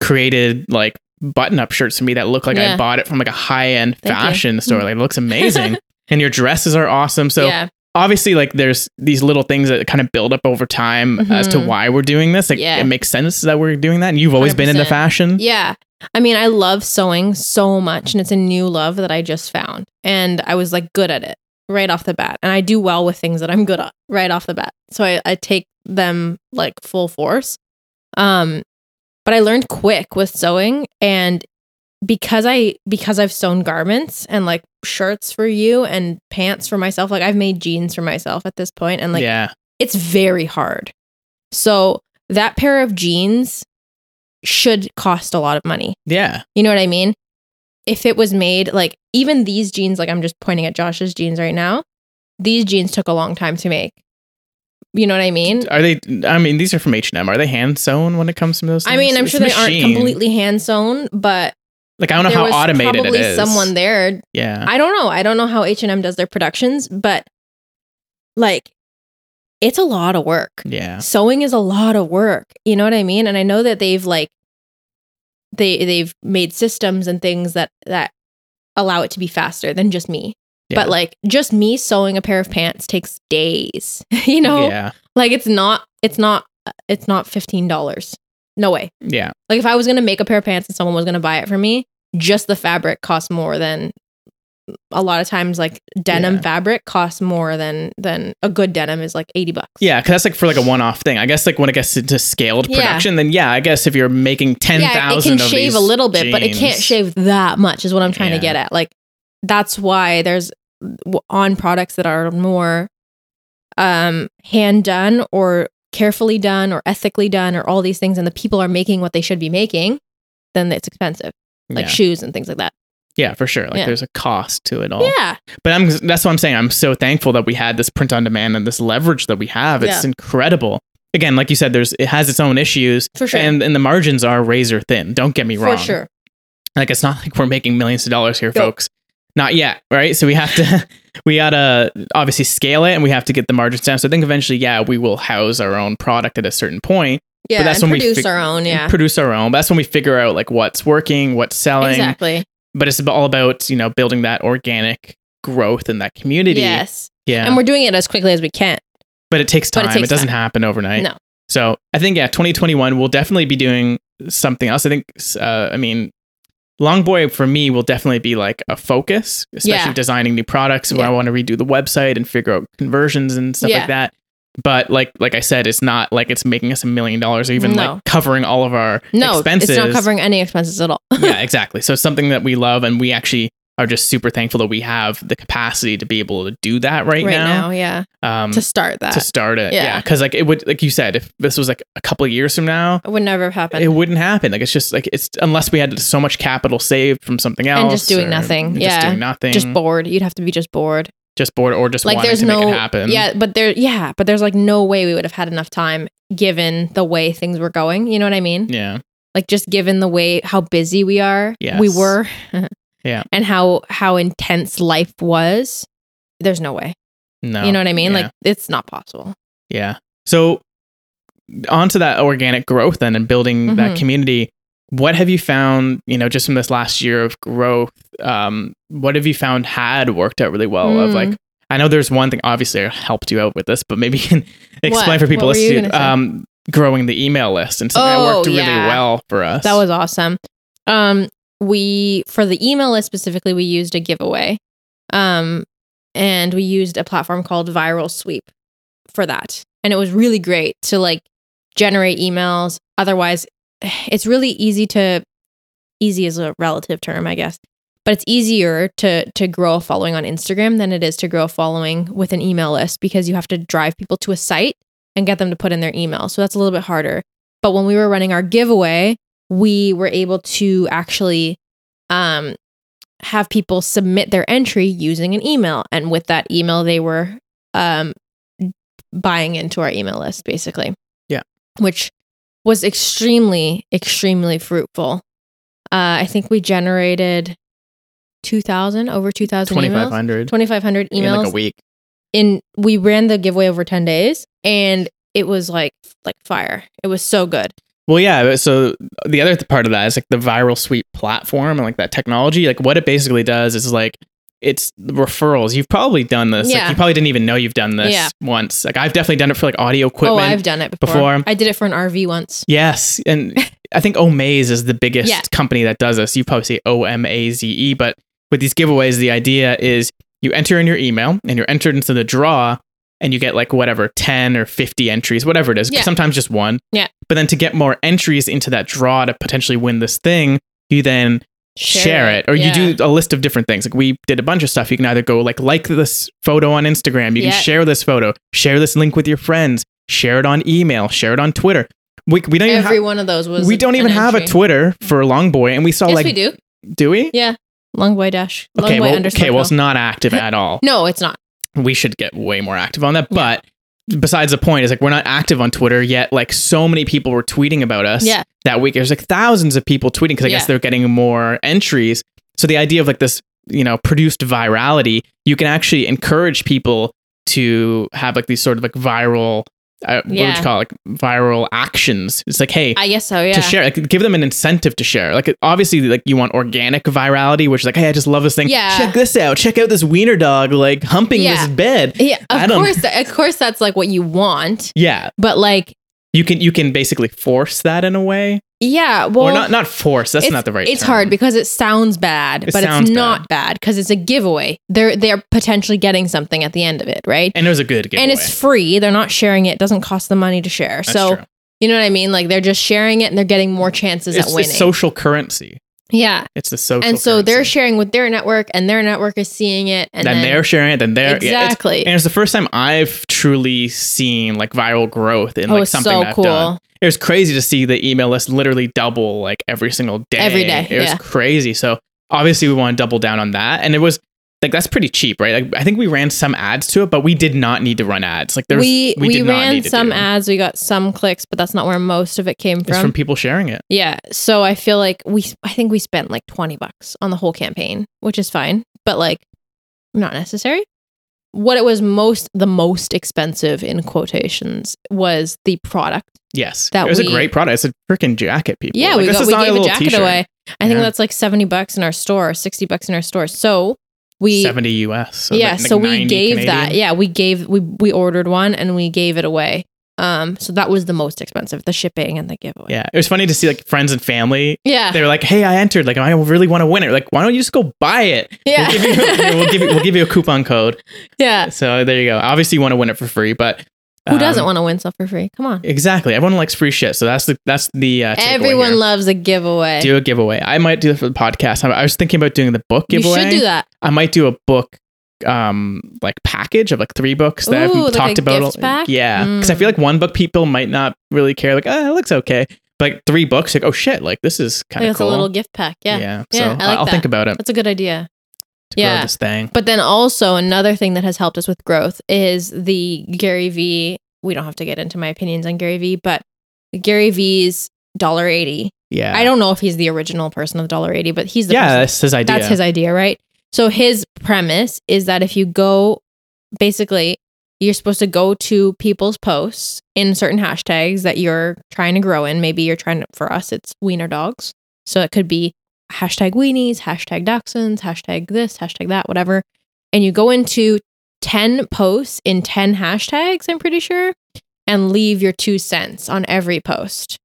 created like button up shirts for me that look like I
Yeah.
bought it from like a high end
Thank you. Mm-hmm.
fashion store. Like it looks amazing. and your dresses are awesome. So,
yeah.
obviously like there's these little things that kind of build up over time as to
Mhm.
why we're doing this like
Yeah.
it makes sense that we're doing that and you've always been into
100%.
fashion
Yeah. I mean, I love sewing so much, and it's a new love that I just found. And I was like good at it right off the bat. And I do well with things that I'm good at right off the bat. So I, I take them like full force. Um, but I learned quick with sewing and because I because I've sewn garments and like shirts for you and pants for myself, like I've made jeans for myself at this point and like
yeah
it's very hard. So that pair of jeans should cost a lot of money.
yeah
You know what I mean? If it was made like even these jeans, like I'm just pointing at Josh's jeans right now, these jeans took a long time to make. You know what I mean?
are they i mean these are from h&m are they hand sewn when it comes to those
I
things?
mean, I'm
It's
sure
a
they aren't
machine.
completely hand sewn, but
like i don't know
there
how
was
automated it
probably
is
someone there
yeah
I don't know. I don't know how H and M does their productions, but like, it's a lot of work.
yeah
sewing is a lot of work you know what i mean and i know that they've like they they've made systems and things that that allow it to be faster than just me
Yeah.
but like just me sewing a pair of pants takes days you know
yeah
like it's not it's not uh, it's not $15 no way
yeah
like if i was gonna make a pair of pants and someone was gonna buy it for me just the fabric costs more than a lot of times like denim
Yeah.
fabric costs more than than a good denim is like 80 bucks.
Yeah, because that's like for like a one-off thing. I guess like when it gets into scaled
Yeah.
production, then yeah, I guess if you're making ten thousand,
yeah, it can shave a little bit, but it can't shave that much. Is what I'm trying
Yeah.
to get at. Like that's why there's w- on products that are more um hand done or carefully done or ethically done or all these things, and the people are making what they should be making. Then it's expensive, like
yeah.
shoes and things like that.
yeah, for sure. Like
Yeah.
there's a cost to it all.
Yeah,
But I'm that's what I'm saying. I'm so thankful that we had this print on demand and this leverage that we have. It's
Yeah.
incredible. Again, like you said, there's it has its own issues,
for sure,
and and the margins are razor thin. Don't get me
for
wrong.
sure.
Like it's not like we're making millions of dollars here,
Nope.
folks. Not yet, right? So we have to we gotta obviously scale it, and we have to get the margins down. So I think eventually, yeah, we will house our own product at a certain point.
Yeah,
that's
and
when we
produce
fig-
our own.
and
Yeah,
produce our own. That's when we figure out like what's working, what's selling.
exactly.
But it's all about you know building that organic growth in that community.
Yes,
Yeah.
and we're doing it as quickly as we can.
but it takes
But
time.
it
it,
takes
doesn't
time.
happen overnight.
No.
So I think yeah, 2021 we'll definitely be doing something else. I think uh, I mean, Long Boy for me will definitely be like a focus, especially
Yeah.
designing new products where
Yeah.
I want to redo the website and figure out conversions and stuff
Yeah.
like that. But like like I said, it's not like it's making us a million dollars or even
No.
like covering all of our
No,
expenses.
it's not covering any expenses at all.
yeah, exactly. So it's something that we love and we actually are just super thankful that we have the capacity to be able to do that right, now.
yeah.
Um,
to start that.
to start it.
Yeah.
Yeah, because like it would, like you said, if this was like a couple of years from now,
it would never have happened.
it wouldn't happen. Like it's just like it's unless we had so much capital saved from something else
And just doing
or
nothing.
just
Yeah.
doing nothing,
just bored. You'd have to be just bored.
just bored, or just
Like
wanting
there's
to
no
make it happen.
Yeah, but there yeah, but there's like no way we would have had enough time given the way things were going. You know what I mean?
yeah,
Like just given the way how busy we are,
Yes.
we were.
Yeah.
And how how intense life was. There's no way.
no,
you know what I mean?
yeah.
Like it's not possible.
yeah. So onto that organic growth then and building that
Mhm.
community. What have you found, you know, just from this last year of growth? Um, what have you found had worked out really well? Of
Mm.
like, I know there's one thing obviously I helped you out with this, but maybe you can explain
What?
for people
What were you
listening.
gonna say?
Um, growing the email list and something that
Oh,
worked really
yeah.
well for us.
That was awesome. Um, we for the email list specifically, we used a giveaway, um, and we used a platform called Viral Sweep for that, and it was really great to like generate emails. Otherwise, it's really easy to easy is a relative term, I guess, but it's easier to to grow a following on Instagram than it is to grow a following with an email list because you have to drive people to a site and get them to put in their email. So that's a little bit harder. But when we were running our giveaway, we were able to actually um, have people submit their entry using an email. And with that email, they were um, buying into our email list, basically.
Yeah.
Which was extremely, extremely fruitful. Uh, I think we generated 2,000, over 2,000 emails.
2,500
2,500 emails
in like a week.
in we ran the giveaway over 10 days and it was like like fire it was so good
Well, yeah. but So the other th- part of that is like the viral suite platform and like that technology. Like what it basically does is like it's referrals. You've probably done this. Like,
Yeah.
you probably didn't even know you've done this
Yeah.
once. Like I've definitely done it for like audio equipment.
oh i've done it before.
before.
i did it for an rv once
yes, and I think Omaze is the biggest
Yeah.
company that does this. You probably say O M A Z E, but with these giveaways, the idea is you enter in your email and you're entered into the draw. And you get like whatever, 10 or 50 entries, whatever it is,
Yeah.
sometimes just one.
Yeah.
But then to get more entries into that draw to potentially win this thing, you then share, it. or you do a list of different things like we did a bunch of stuff you can either go like like this photo on instagram you
Yeah.
can share this photo share this link with your friends share it on email share it on twitter we, we don't even
every
have,
one of those was
we don't
an
even have a
entry.
twitter for longboy and we saw
yes
like
we do
do we
yeah long boy dash long
okay
boy
well,
underscore
okay well
pro.
it's not active at all
no it's not
we should get way more active on that
Yeah.
but besides the point is like we're not active on twitter yet like so many people were tweeting about us
yeah
that week. There's like thousands of people tweeting because I guess
Yeah.
they're getting more entries. So the idea of like this, you know, produced virality, you can actually encourage people to have like these sort of like viral, uh, what would
Yeah.
you call it, like viral actions. It's like, hey,
i guess so yeah
to share, like give them an incentive to share. Like obviously, like you want organic virality, which is like, hey, I just love this thing.
Yeah.
check this out. Check out this wiener dog like humping
Yeah.
this bed.
yeah
I
of
don't-
course of course that's like what you want
Yeah,
but like
you can you can basically force that in a way.
Yeah, well,
or not not force. That's
it's,
not the right.
It's
term.
hard because it sounds bad,
It
but
sounds
it's not bad because it's a giveaway. They're they're potentially getting something at the end of it, right?
and it was a good giveaway.
And it's free. They're not sharing it. It doesn't cost them money to share.
That's
so
true. Mm.
you know what I mean? Like they're just sharing it and they're getting more chances
it's
at
a
winning.
social currency.
yeah.
It's a social.
and so they're
currency.
sharing with their network and their network is seeing it and
then,
then,
they're sharing it. Then they're yeah, it's-
exactly.
and it's the first time I've truly seen like viral growth in
oh,
like
it's
something
so
that I've
cool.
done. It was crazy to see the email list literally double like every single day.
Every day,
It
yeah.
was crazy. So obviously we want to double down on that. And it was like that's pretty cheap, right? Like I think we ran some ads to it, but we did not need to run ads. Like there was
we
we
we,
did not need
ran
to
some
do.
ads, we got some clicks, but that's not where most of it came
it's from people sharing it.
Yeah. So I feel like we, I think we spent like 20 bucks on the whole campaign, which is fine, but like not necessary. What it was most, the most expensive in quotations was the product.
Yes.
That
it was a
we-
great product. It's a freaking jacket, people.
Yeah.
Like,
we,
this
got,
is
we
not
gave a
little
jacket
t-shirt.
away. I think
Yeah.
that's like 70 bucks in our store, 60 bucks in our store. So we,
70 US. So
yeah.
like- like
so we
90
gave that.
Canadian.
Yeah. We gave, we, we ordered one and we gave it away. Um, so that was the most expensive, the shipping and the giveaway.
Yeah. It was funny to see like friends and family.
Yeah.
They were like, hey, I entered. Like, I really want to win it. Like, why don't you just go buy it?
Yeah.
We'll give you, we'll give you, we'll give you a coupon code.
yeah.
So there you go. Obviously, you want to win it for free, but.
Who doesn't
um,
want to win stuff for free? Come on.
Exactly. Everyone likes free shit. So that's the, that's the, uh, takeaway
Everyone
here.
loves a giveaway.
do a giveaway. I might do that for the podcast. I I was thinking about doing the book
you
giveaway.
should do that.
I might do a book um like package of like three books that
Ooh,
I've
like
talked
a
about.
gift pack? Hmm.
Yeah, because I feel like one book people might not really care. Like, oh, it looks okay. But like three books, like, oh shit, like this is kind
Like
of
it's
cool.
a little gift pack. Yeah.
yeah.
Yeah,
So
I like
I'll
that.
think about it
That's a good idea.
to grow
yeah.
this thing.
But then also another thing that has helped us with growth is the Gary V. We don't have to get into my opinions on Gary V, but Gary V's dollar eighty.
Yeah,
I don't know if he's the original person of dollar eighty, but he's the
Yeah,
person-
that's his idea.
That's his idea, right? So his premise is that if you go, basically, you're supposed to go to people's posts in certain hashtags that you're trying to grow in. Maybe you're trying to, for us, it's wiener dogs. So it could be hashtag weenies, hashtag dachshunds, hashtag this, hashtag that, whatever. And you go into 10 posts in 10 hashtags, I'm pretty sure, and leave your two cents on every post.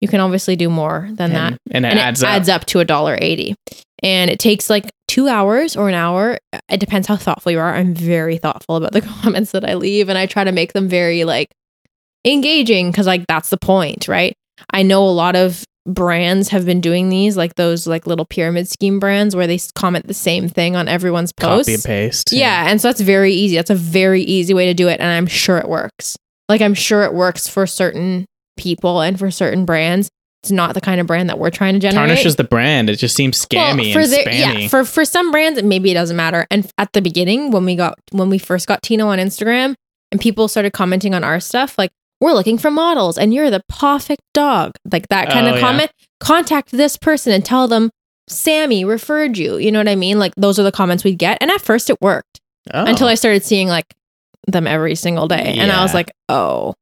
You can obviously do more than that
and, and it
and
adds
it
up.
adds up to a dollar eighty. And it takes like two hours or an hour. It depends how thoughtful you are. I'm very thoughtful about the comments that I leave, and I try to make them very like engaging because like that's the point, right? I know a lot of brands have been doing these, like those like little pyramid scheme brands where they s- comment the same thing on everyone's post.
Copy and paste.
Yeah, and so that's very easy. That's a very easy way to do it, and I'm sure it works. Like I'm sure it works for certain people and for certain brands. It's not the kind of brand that we're trying to generate.
Tarnishes the brand. It just seems
Well,
scammy
for
and
their-
spammy.
Yeah, for for some brands, maybe it doesn't matter. And at the beginning, when we got when we first got Tino on Instagram, and people started commenting on our stuff, like we're looking for models, and you're the perfect dog, like that kind
Oh,
of
yeah.
comment. Contact this person and tell them Sammy referred you. You know what I mean? Like those are the comments we'd get, and at first it worked
Oh.
until I started seeing like them every single day, and I was
Yeah.
like, oh,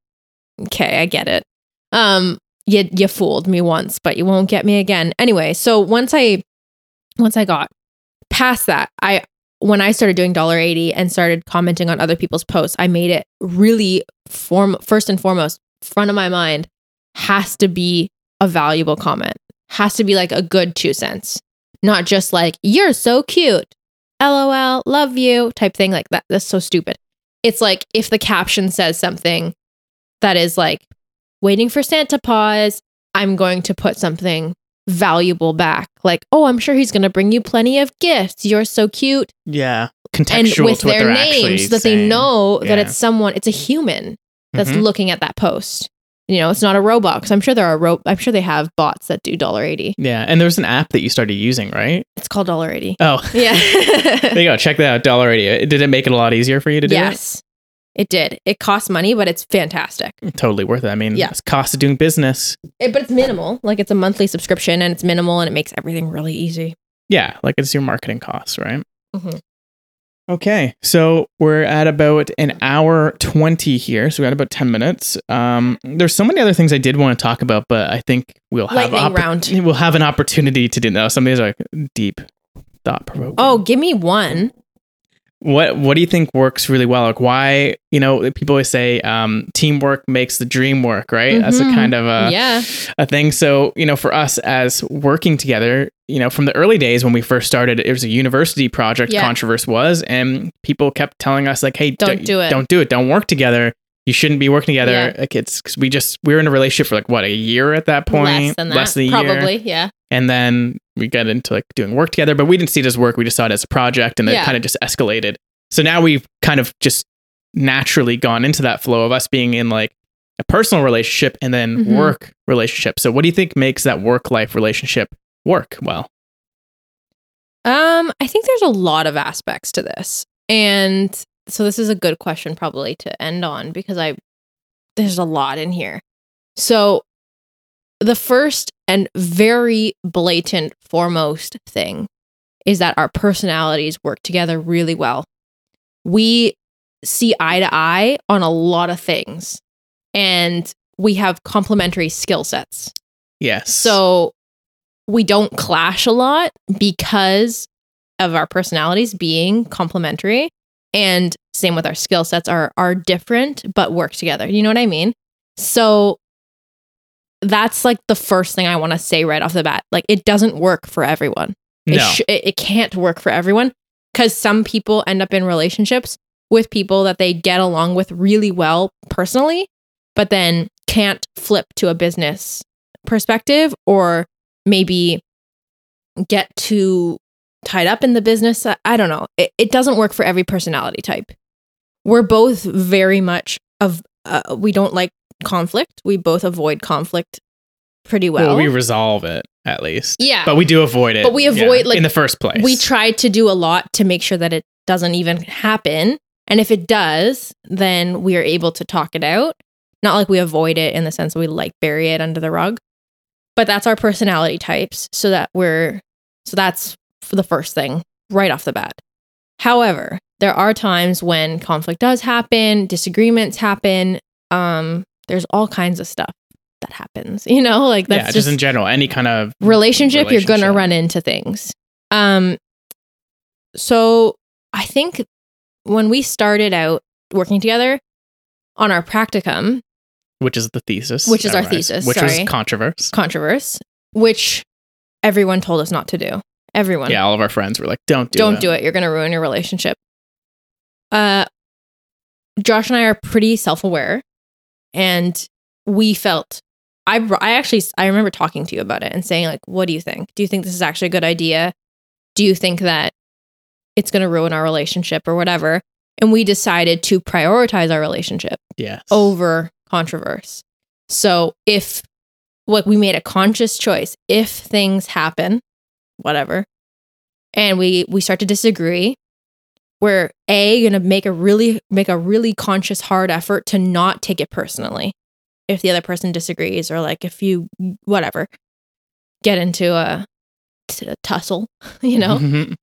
okay, I get it. Um, you you fooled me once, but you won't get me again. Anyway, so once I once I got past that, I when I started doing dollar eighty and started commenting on other people's posts, I made it really form first and foremost front of my mind has to be a valuable comment, has to be like a good two cents, not just like you're so cute. LOL, love you type thing like that. That's so stupid. It's like if the caption says something that is like waiting for Santa pause, I'm going to put something valuable back. Like, oh, I'm sure he's going to bring you plenty of gifts. You're so cute.
yeah,
And
contextual
with
to what
their
they're actually
names so that they
saying.
know that
Yeah.
it's someone, it's a human that's
Mhm.
looking at that post. You know, it's not a robot because I'm sure there are ro- I'm sure they have bots that do dollar eighty.
Yeah, and there's an app that you started using, right?
It's called dollar eighty.
Oh,
Yeah.
there you go. Check that out. Dollar eighty. Did it make it a lot easier for you to do? it?
yes, it did. It costs money, but it's fantastic.
totally worth it. I mean,
Yeah.
it's cost of doing business.
It, but it's minimal. Like it's a monthly subscription, and it's minimal, and it makes everything really easy.
Yeah, like it's your marketing costs, right?
Mhm.
Okay, so we're at about an hour twenty here, so we got about ten minutes. Um, there's so many other things I did want to talk about, but I think we'll have
Lightning
oppor-
round.
We'll have an opportunity to do that. Some of these are like deep, thought provoking.
Oh, give me Oh, one.
what what do you think works really well? Like why you know people always say um, teamwork makes the dream work, right? That's a
Mhm.
kind of a
yeah.
a thing. So, you know, for us as working together, you know, from the early days when we first started, it was a university project
Yeah.
Controverse was, and people kept telling us like, "Hey,
Don't do it.
Don't do it. Don't work together. You shouldn't be working together."
Yeah.
Like it's because we just we were in a relationship for like what a year at that point,
less than that.
a
probably.
year,
Yeah.
and then we got into like doing work together, but we didn't see it as work. We just saw it as a project, and then it
Yeah.
kind of just escalated. So now we've kind of just naturally gone into that flow of us being in like a personal relationship and then
Mhm.
work relationship. So what do you think makes that work life relationship work well?
Um, I think there's a lot of aspects to this. And so this is a good question probably to end on because I there's a lot in here. So the first and very blatant foremost thing is that our personalities work together really well. We see eye to eye on a lot of things and we have complementary skill sets.
Yes.
So we don't clash a lot because of our personalities being complementary. And same with our skill sets are are different but work together. You know what I mean? So that's like the first thing I want to say right off the bat. Like it doesn't work for everyone.
no.
It, sh- it it can't work for everyone because some people end up in relationships with people that they get along with really well personally, but then can't flip to a business perspective or maybe get too tied up in the business. I- I don't know. It, it doesn't work for every personality type. We're both very much of, uh, we don't like conflict. We both avoid conflict pretty well.
well, we resolve it at least.
yeah.
But we do avoid it.
But we
yeah,
avoid, like,
in the first place.
We tried to do a lot to make sure that it doesn't even happen. And if it does, then we are able to talk it out. Not like we avoid it in the sense that we like bury it under the rug, but that's our personality types. So that we're, so that's f- the first thing right off the bat. However, there are times when conflict does happen, disagreements happen. Um, there's all kinds of stuff that happens, you know, like that's
yeah, just, in general, any kind of
relationship, you're gonna
Relationship.
run into things um so i think when we started out working together on our practicum
which is the thesis.
Which is our
Otherwise,
thesis,
Which
sorry.
was controverse.
controverse which everyone told us not to do everyone
Yeah, all of our friends were like, Don't do
not
it.
do it you're gonna ruin your relationship uh josh and i are pretty self-aware and we felt I, br- I actually i remember talking to you about it and saying like what do you think do you think this is actually a good idea do you think that it's going to ruin our relationship or whatever and we decided to prioritize our relationship
Yes.
over controverse so if like we made a conscious choice if things happen whatever and we we start to disagree we're a gonna make a really make a really conscious hard effort to not take it personally if the other person disagrees or like if you whatever get into a, t- a tussle you know
Mhm.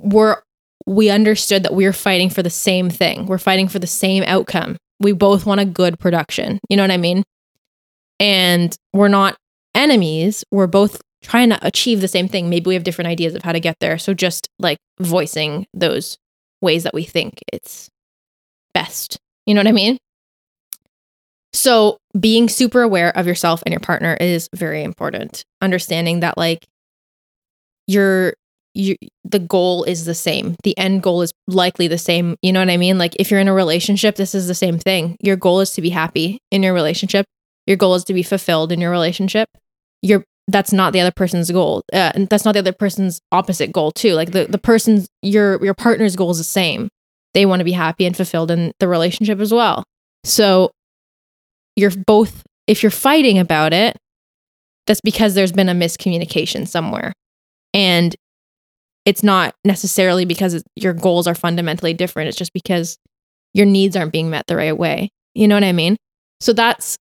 we're we understood that we're fighting for the same thing. We're fighting for the same outcome. We both want a good production. You know what I mean? And we're not enemies. We're both trying to achieve the same thing. Maybe we have different ideas of how to get there. So just like voicing those ways that we think it's best. You know what I mean? So being super aware of yourself and your partner is very important. Understanding that like you're you the goal is the same. The end goal is likely the same. You know what I mean? Like if you're in a relationship, this is the same thing. Your goal is to be happy in your relationship. Your goal is to be fulfilled in your relationship. Your that's not the other person's goal. Uh, and that's not the other person's opposite goal too. Like the the person's your your partner's goal is the same. They want to be happy and fulfilled in the relationship as well. So you're both if you're fighting about it, that's because there's been a miscommunication somewhere. And it's not necessarily because it- your goals are fundamentally different. It's just because your needs aren't being met the right way. You know what I mean? So that's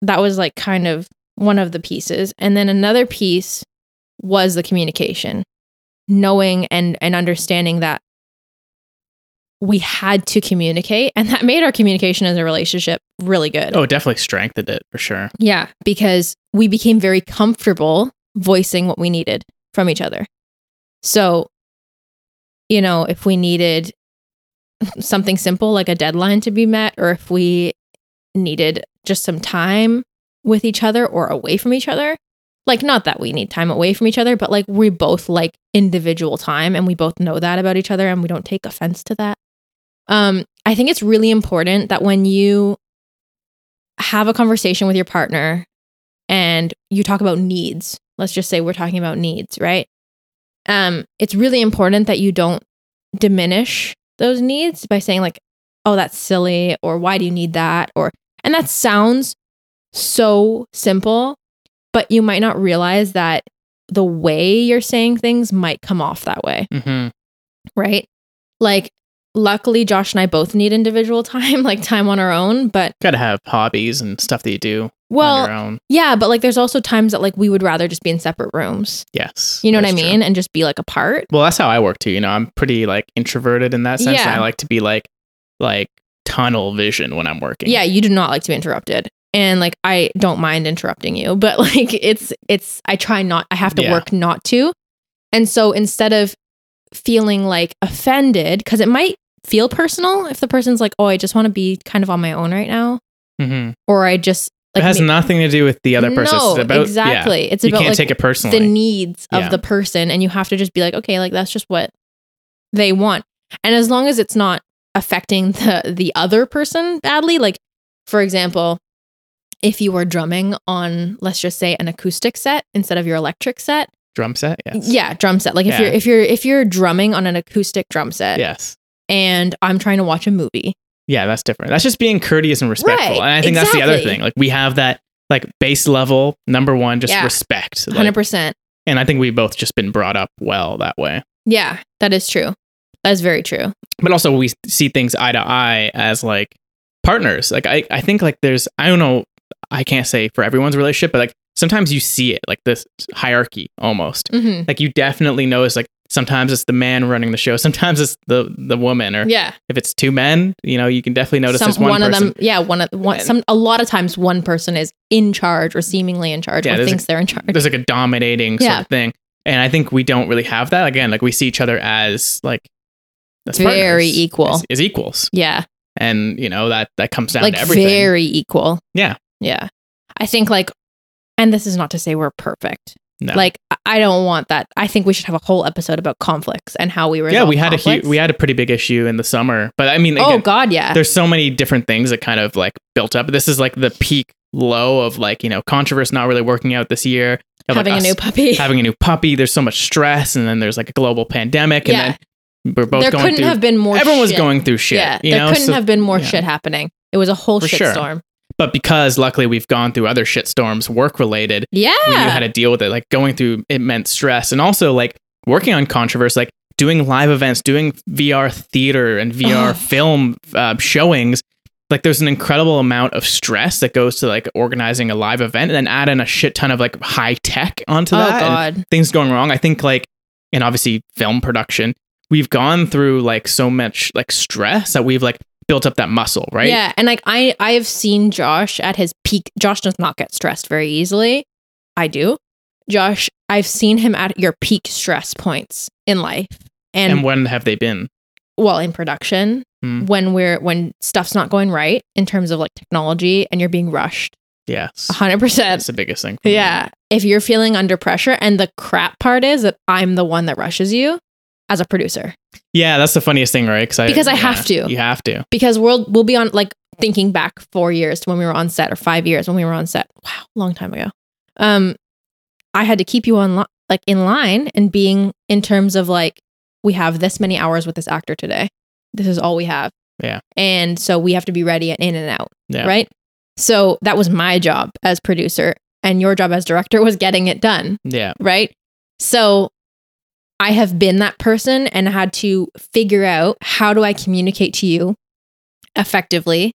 that was like kind of one of the pieces. And then another piece was the communication. Knowing and and understanding that we had to communicate and that made our communication as a relationship really good.
Oh, it definitely strengthened it for sure.
Yeah, because we became very comfortable voicing what we needed from each other. So, you know, if we needed something simple like a deadline to be met or if we needed just some time with each other or away from each other. Like, not that we need time away from each other, but like we both like individual time and we both know that about each other and we don't take offense to that. Um, I think it's really important that when you have a conversation with your partner and you talk about needs, let's just say we're talking about needs, right? Um, it's really important that you don't diminish those needs by saying, like, oh, that's silly, or why do you need that? Or, and that sounds so simple, but you might not realize that the way you're saying things might come off that way,
Mm-hmm.
right? Like, luckily, Josh and I both need individual time, like time on our own, but
Gotta have hobbies and stuff that you do on
well,
your own.
yeah, but like, there's also times that like we would rather just be in separate rooms,
Yes.
you know what I
that's true.
mean? And just be like apart.
Well, that's how I work too. You know, I'm pretty like introverted in that sense.
Yeah.
And I like to be like like tunnel vision when I'm working.
Yeah, you do not like to be interrupted. And like I don't mind interrupting you, but like it's it's I try not I have to
Yeah.
work not to. And so instead of feeling like offended cuz it might feel personal if the person's like, "Oh, I just want to be kind of on my own right now."
Mm-hmm.
Or I just like
it has
ma-
nothing to do with the other person.
No,
it's about, Yeah,
exactly. It's
you
about
can't
like
take it
the
personally.
needs
Yeah.
of the person and you have to just be like, "Okay, like that's just what they want." And as long as it's not affecting the the other person badly, like for example, if you were drumming on let's just say an acoustic set instead of your electric set
Drum set. Yes.
yeah drum set like if
Yeah.
you're if you're if you're drumming on an acoustic drum set
Yes.
and i'm trying to watch a movie
Yeah, that's different. That's just being courteous and respectful.
Right,
and I think that's the other
exactly.
thing. Like we have that like base level number one, just
Yeah.
respect. Like,
100%
and I think we've both just been brought up well that way.
yeah that is true that is very true
but also we see things eye to eye as like partners like i i think like there's i don't know i can't say for everyone's relationship but like sometimes you see it like this hierarchy almost
hmm
like you definitely notice like sometimes it's the man running the show sometimes it's the the woman or
yeah
if it's two men you know you can definitely notice
some,
there's one,
of
person
them yeah one of one
And-
some a lot of times one person is in charge or seemingly in charge
Yeah,
or
there's a-
thinks they're in charge
there's like a dominating sort
Yeah.
of thing and i think we don't really have that again like we see each other as like as
Very
partners,
equal.
as, as equals
yeah
and you know that that comes down
like
to everything
very equal
Yeah.
yeah i think like and this is not to say we're perfect
No.
Like I- I don't want that. I think we should have a whole episode about conflicts and how we resolve.
yeah we had a huge
conflicts.
we had a pretty big issue in the summer but i mean
Oh
again,
God, yeah.
there's so many different things that kind of like built up this is like the peak low of like you know controversy not really working out this year of, like,
Having a
us
new puppy.
having a new puppy there's so much stress and then there's like a global pandemic
Yeah.
and then we're both
there
going
couldn't
through
have been more.
everyone was
shit.
going through shit
Yeah,
you
there
know
couldn't
So-
have been more
yeah.
shit happening. It was a whole
For
shit
sure.
storm.
but because luckily we've gone through other shit storms work related
Yeah,
we knew how to deal with it. Like going through it meant stress, and also like working on controversy, like doing live events, doing VR theater and VR
Ugh.
film uh, showings. Like there's an incredible amount of stress that goes to like organizing a live event, and then add in a shit ton of like high tech onto
oh
that. and
God,
things going wrong. I think like, and obviously film production, we've gone through like so much like stress that we've like built up that muscle, right?
Yeah, and like I, I have seen Josh at his peak. Josh does not get stressed very easily. I do. Josh, I've seen him at your peak stress points in life, and,
And when have they been?
well in production
Hmm.
when we're when stuff's not going right in terms of like technology and you're being rushed
Yes.
100%
That's the biggest thing. for me.
yeah if you're feeling under pressure and the crap part is that i'm the one that rushes you as a producer
Yeah, that's the funniest thing, right? I,
Because I
yeah,
have to.
You have to.
because we'll we'll be on like thinking back four years to when we were on set or five years when we were on set wow long time ago um i had to keep you on li- like in line and being in terms of like we have this many hours with this actor today this is all we have
Yeah.
and so we have to be ready and in and out
Yeah.
right so that was my job as producer and your job as director was getting it done
Yeah.
right? So I have been that person and had to figure out how do I communicate to you effectively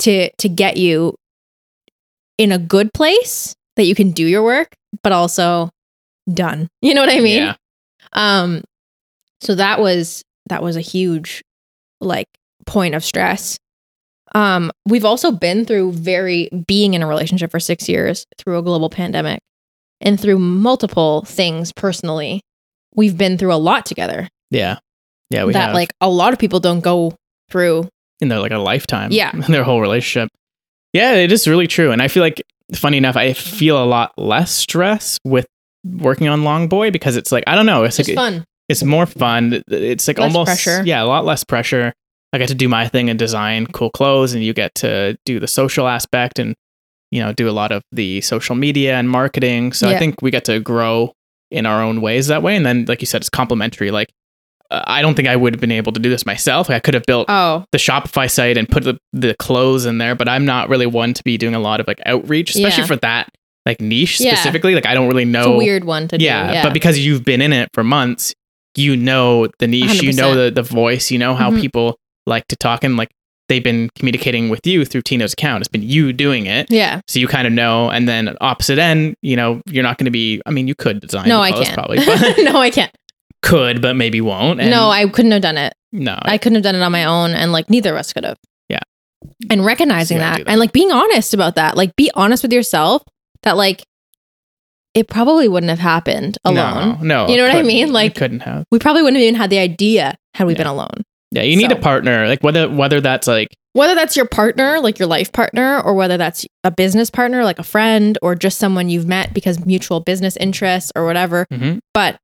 to to get you in a good place that you can do your work but also done. You know what I mean?
Yeah.
Um so that was that was a huge like point of stress. Um we've also been through very being in a relationship for 6 years through a global pandemic and through multiple things personally. We've been through a lot together
Yeah. Yeah. We
that
have.
like a lot of people don't go through.
in their like a lifetime.
Yeah.
Their whole relationship. Yeah, it is really true. And I feel like funny enough, I feel a lot less stress with working on Long Boy because it's like I don't know, it's
It's just
like
fun.
it's more fun. It's like
Less
almost
pressure.
yeah, a lot less pressure. I get to do my thing and design cool clothes and you get to do the social aspect and you know, do a lot of the social media and marketing. So I
Yeah.
think we get to grow in our own ways that way and then like you said it's complementary like uh, I don't think I would have been able to do this myself. Like I could have built
Oh,
the Shopify site and put the, the clothes in there, but I'm not really one to be doing a lot of like outreach, especially
Yeah.
for that like niche
Yeah.
specifically. Like I don't really know.
it's a weird one to
Oh. yeah,
do. Yeah,
but because you've been in it for months, you know the niche, you know
100%.
the, the voice, you know how
Mhm.
people like to talk and like they've been communicating with you through Tino's account. It's been you doing it.
yeah,
So you kind of know, and then opposite end, you know, you're not going to be. I mean, you could design.
no,
the
I
clothes
can't.
Probably but
no, I can't.
could, but maybe won't. And
no, I couldn't have done it.
no,
I couldn't have done it on my own, and like neither of us could have.
Yeah.
and recognizing
So you gotta
that,
do that.
and like being honest about that, like be honest with yourself that like it probably wouldn't have happened alone.
No, no,
You know what I
couldn't.
mean? Like-
couldn't have.
We probably wouldn't have even had the idea had we
Yeah.
been alone.
Yeah, you need
So-
a partner. Like whether whether that's like
whether that's your partner, like your life partner, or whether that's a business partner, like a friend, or just someone you've met because mutual business interests or whatever. But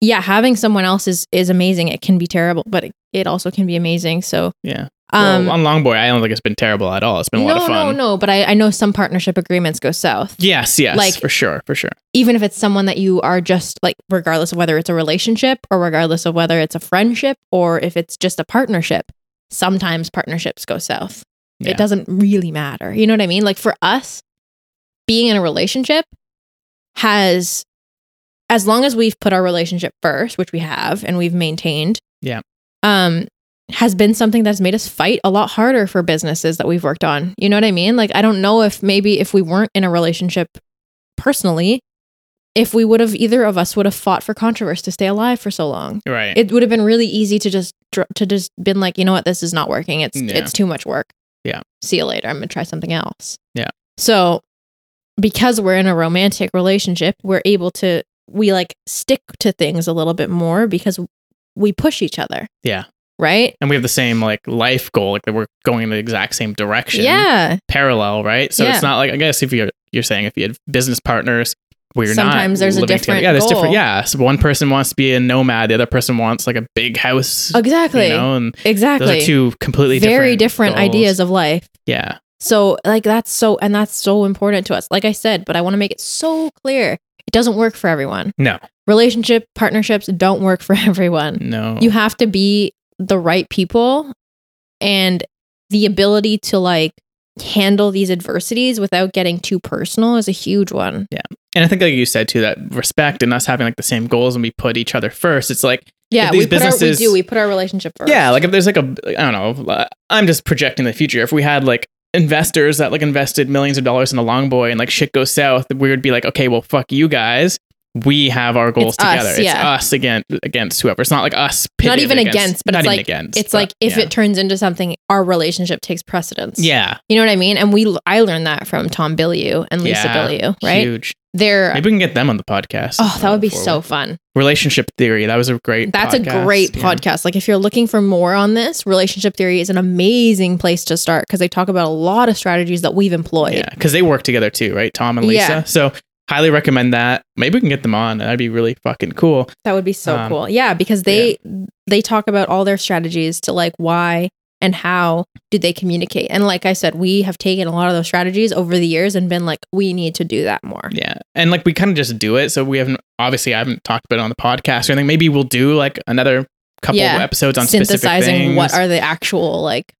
yeah, having someone else is is amazing. It can be terrible, but it, it also can be amazing. So
Yeah.
um,
well, on Long Boy, I don't think it's been terrible at all. It's been a lot
no,
of
no,
fun.
no. But I, I know some partnership agreements go south,
Yes, yes,
Like-
for sure, for sure.
even if it's someone that you are just like, regardless of whether it's a relationship or regardless of whether it's a friendship or if it's just a partnership. Sometimes partnerships go south.
Yeah.
it doesn't really matter. You know what I mean? Like for us, being in a relationship has, as long as we've put our relationship first, which we have and we've maintained,
Yeah.
um, has been something that's made us fight a lot harder for businesses that we've worked on. You know what I mean? Like I don't know if maybe if we weren't in a relationship personally, if we would have either of us would have fought for controversy to stay alive for so long
Right.
it would have been really easy to just dr- to just been like, you know what, this is not working. It's
Yeah.
it's too much work.
Yeah.
See you later. I'm gonna try something else.
Yeah.
So because we're in a romantic relationship, we're able to we like stick to things a little bit more because we push each other.
Yeah.
Right?
and we have the same like life goal, like that we're going in the exact same direction.
Yeah.
Parallel, right? So
Yeah.
it's not like I guess if you're you're saying if you had business partners where you're
Sometimes
not
there's a
living together-
different
Yeah, there's
goal.
different yeah. So one person wants to be a nomad, the other person wants like a big house.
Exactly.
You know, and
exactly.
those are two completely
Very
different,
different
goals.
ideas of life.
Yeah.
So like that's so and that's so important to us. Like I said, but I want to make it so clear. It doesn't work for everyone.
No.
Relationship partnerships don't work for everyone.
No.
You have to be the right people and the ability to like handle these adversities without getting too personal is a huge one.
And I think, like you said too, that respect and us having like the same goals and we put each other first. It's like,
Yeah,
these
we put our we
businesses-
do we put our relationship first.
yeah, like if there's like a, I don't know, I'm just projecting the future. If we had like investors that like invested millions of dollars in the long boy and like shit goes south, we would be like, okay, well, fuck you guys. We have our goals
It's us,
together.
yeah.
It's us against against whoever. It's not like us.
Not
pitted
even against, but
not
it's
even
like-
against,
it's
but,
like if
yeah.
it turns into something our relationship takes precedence.
yeah,
You know what I mean? And we I learned that from Tom Bilyeu and Lisa
Yeah,
Bilyeu, right?
huge.
They're
Maybe we can get them on the podcast.
Oh, that
uh,
would be
forward.
so fun.
Relationship theory. That was a great.
That's
podcast,
a great
yeah.
podcast. Like, if you're looking for more on this, relationship theory is an amazing place to start because they talk about a lot of strategies that we've employed.
Yeah, because they work together too, right? Tom and Lisa.
Yeah.
So highly recommend that. Maybe we can get them on. That'd be really fucking cool.
That would be so
Um,
cool. Yeah, because they they talk about all their strategies to like why and how do they communicate. And like I said, we have taken a lot of those strategies over the years and been like, we need to do that more.
Yeah, and like we kind of just do it. So we haven't obviously I haven't talked about it on the podcast or anything. Maybe we'll do like another couple
Yeah.
episodes on specific
Synthesizing
things.
what are the actual like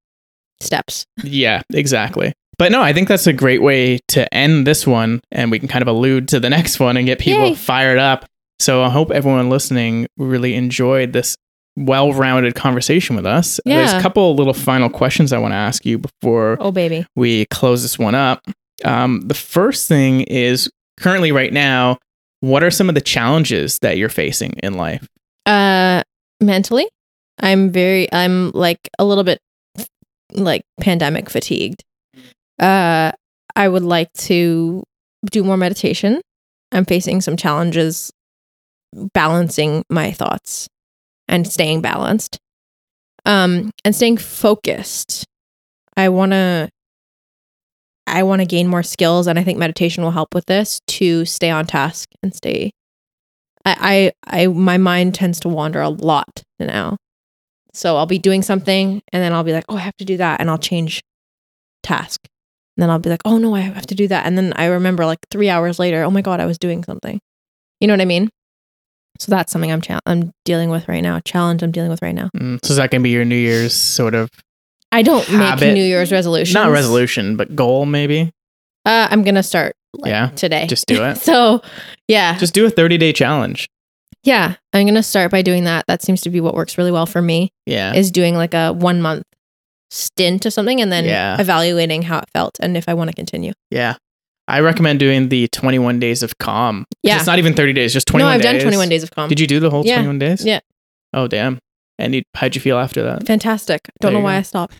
steps.
yeah, exactly. But no, I think that's a great way to end this one, and we can kind of allude to the next one and get people
Yay.
fired up. So I hope everyone listening really enjoyed this well-rounded conversation with us. There's
Yeah.
a couple little final questions I want to ask you before
Oh baby.
we close this one up. Um, the first thing is currently right now, what are some of the challenges that you're facing in life?
uh mentally i'm very i'm like a little bit like pandemic fatigued uh i would like to do more meditation i'm facing some challenges balancing my thoughts and staying balanced um and staying focused i want to i want to gain more skills and i think meditation will help with this to stay on task and stay i i, I my mind tends to wander a lot now so i'll be doing something and then i'll be like oh i have to do that and i'll change task and then i'll be like oh no i have to do that and then i remember like three hours later oh my god i was doing something you know what i mean so that's something i'm chal i'm dealing with right now a challenge i'm dealing with right now
Mm, so is that going to be your New Year's sort of
I don't
Habit.
make New Year's resolutions.
not resolution, but goal maybe?
Uh, I'm gonna start. Like,
Yeah,
today.
just do it.
so, yeah,
Just do a 30 day challenge.
yeah. I'm gonna start by doing that. That seems to be what works really well for me
Yeah.
is doing like a one month stint of something and then
Yeah.
evaluating how it felt and if I want to continue.
Yeah. I recommend doing the 21 days of calm. 'Cause
Yeah.
It's not even 30 days, just
No,
21
I've
days.
done 21 days of calm.
Did you do the whole
Yeah.
21 days?
Yeah.
Oh, damn. And you, how'd you feel after that?
Fantastic. Don't
There
know
you
why
go.
I stopped.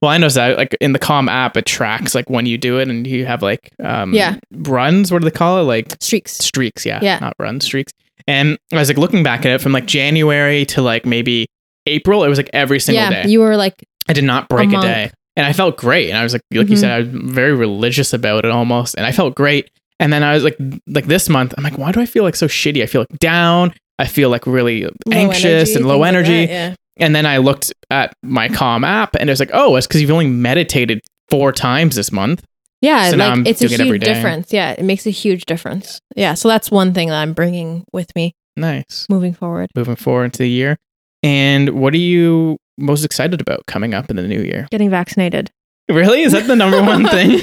Well, I noticed that like in the Calm app, it tracks like when you do it and you have like um,
Yeah.
runs. What do they call it? Like
Streaks.
streaks. Yeah.
Yeah.
Not runs, streaks. And I was like looking back at it from like January to like maybe April. It was like every single
yeah,
day.
you were like,
I did not break a,
monk.
day. And I felt great. And I was like, like you
Mhm.
said, I was very religious about it almost. And I felt great. And then I was like, like this month, I'm like, why do I feel like so shitty? I feel like down. I feel like really
low
anxious
energy,
and low
things like
energy.
that, yeah.
And then I looked at my Calm app and it was like, oh, it's because you've only meditated four times this month.
Yeah,
So now
like
I'm
it's a
doing it every
huge
day.
difference. Yeah, it makes a huge difference. Yeah, so that's one thing that I'm bringing with me
Nice.
moving forward.
Moving forward into the year. And what are you most excited about coming up in the new year?
Getting vaccinated.
Really? Is that the number one thing?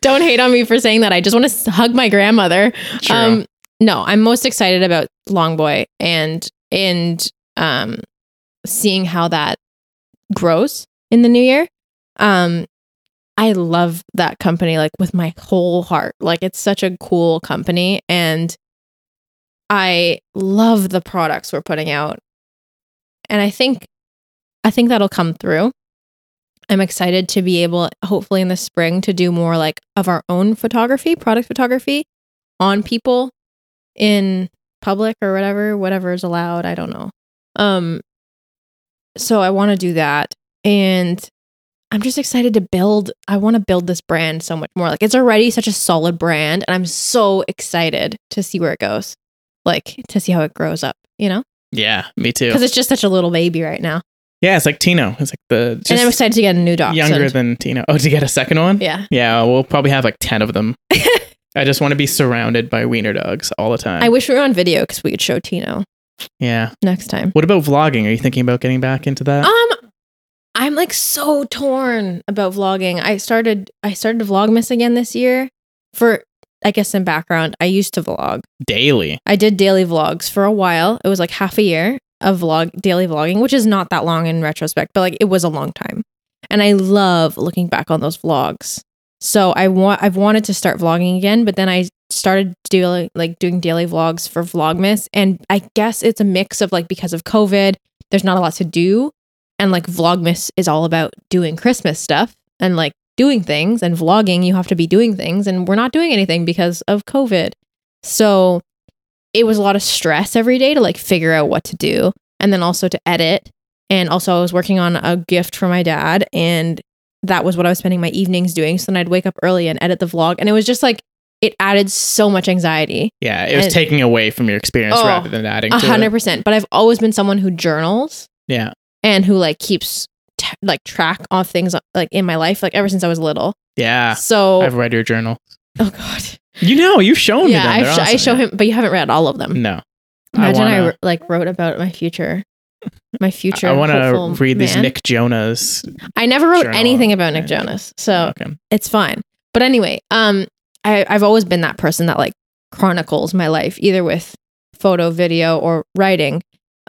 Don't hate on me for saying that. I just want to hug my grandmother.
True.
Um, no, I'm most excited about Long Boy and and um seeing how that grows in the new year. Um I love that company like with my whole heart. Like it's such a cool company and I love the products we're putting out. And I think I think that'll come through. I'm excited to be able, hopefully in the spring, to do more like of our own photography, product photography on people in public or whatever, whatever is allowed. I don't know. Um, so I want to do that. And I'm just excited to build, I want to build this brand so much more. Like it's already such a solid brand. And I'm so excited to see where it goes, like to see how it grows up, you know?
yeah, me too.
Because it's just such a little baby right now.
Yeah, it's like Tino. It's like the
and I'm
just
excited to get a new dog.
younger than Tino. Oh, to get a second one?
yeah.
Yeah, we'll probably have like 10 of them. I just want to be surrounded by wiener dogs all the time.
I wish we were on video because we could show Tino
yeah.
next time.
What about vlogging? Are you thinking about getting back into that?
Um, I'm like so torn about vlogging. I started I started Vlogmas again this year. For I guess some background, I used to vlog.
Daily.
I did daily vlogs for a while. It was like half a year of vlog daily vlogging, which is not that long in retrospect, but like it was a long time. And I love looking back on those vlogs. So I want I've wanted to start vlogging again, but then I started doing like doing daily vlogs for Vlogmas and I guess it's a mix of like because of COVID, there's not a lot to do and like Vlogmas is all about doing Christmas stuff and like doing things and vlogging you have to be doing things and we're not doing anything because of COVID. So it was a lot of stress every day to like figure out what to do and then also to edit. And also, I was working on a gift for my dad, and that was what I was spending my evenings doing. So then I'd wake up early and edit the vlog. And it was just like, it added so much anxiety.
Yeah, it was
And-
taking away from your experience
Oh,
rather than adding to
A hundred
it.
percent. But I've always been someone who journals
Yeah.
and who like keeps t- like track of things like in my life, like ever since I was little.
Yeah.
so,
Ah, I've read your journal.
oh God.
You know, you've shown
Yeah,
me
I,
them.
sh- I show him, but you haven't read all of them.
No.
Imagine I,
wanna-
wr- like wrote about my future, my future.
I want
hopeful
to read these
man.
Nick Jonas.
I never wrote
journal.
anything about Nick
Yeah.
Jonas, so
Okay.
it's fine. But anyway, um, I I've always been that person that like chronicles my life either with photo, video, or writing,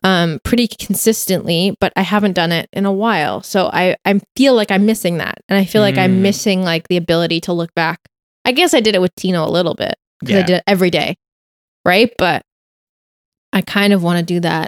um, pretty consistently. But I haven't done it in a while, so I I feel like I'm missing that, and I feel like
Mm.
I'm missing like the ability to look back. I guess I did it with Tino a little bit because
Yeah.
I did it every day, right? But I kind of want to do that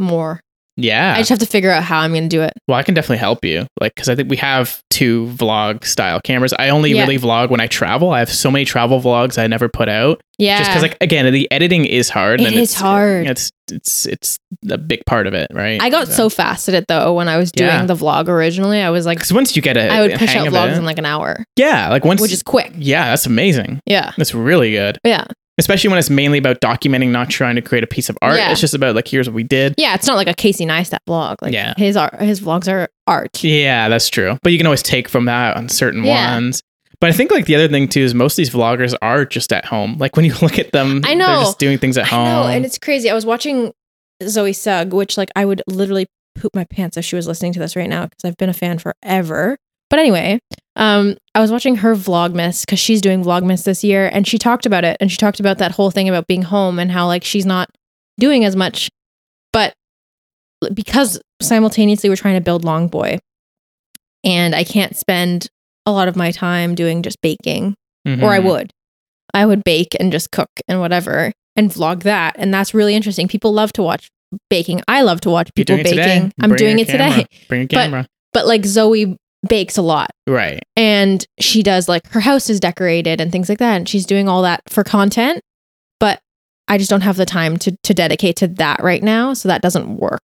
more
Yeah.
I just have to figure out how I'm going to do it.
well, I can definitely help you. Like, because I think we have two vlog style cameras. I only
Yeah.
really vlog when I travel. I have so many travel vlogs I never put out.
Yeah.
Just because, like, again, the editing is hard.
It is
it's,
hard.
It's it's it's a big part of it, right?
I got so fast at it though when I was doing
Yeah.
the vlog originally. I was like,
because once you get a
I would push
hang
out
of
vlogs
it-
in like an hour,
yeah, like once
which is quick.
yeah, that's amazing.
Yeah.
That's really good.
Yeah.
Especially when it's mainly about documenting, not trying to create a piece of art.
Yeah.
It's just about like here's what we did.
Yeah. It's not like a Casey Neistat vlog. Like
Yeah.
his art, his vlogs are art.
Yeah, that's true. But you can always take from that on certain
Yeah.
ones. But I think like the other thing too is most of these vloggers are just at home. Like when you look at them,
I
they're
know.
just doing things at
I
home.
know. And it's crazy. I was watching Zoe Sugg, which like I would literally poop my pants if she was listening to this right now because I've been a fan forever. But anyway, um, I was watching her Vlogmas because she's doing Vlogmas this year and she talked about it. And she talked about that whole thing about being home and how like she's not doing as much. But because simultaneously we're trying to build Long Boy and I can't spend a lot of my time doing just baking
Mhm.
or I would. I would bake and just cook and whatever and vlog that. And that's really interesting. People love to watch baking. I love to watch
You're
people
doing it
baking.
today.
I'm
Bring
doing
your
it
camera.
today.
Bring your
But-
camera.
But like Zoe bakes a lot
right.
and she does like her house is decorated and things like that. And she's doing all that for content. But I just don't have the time to to dedicate to that right now. So that doesn't work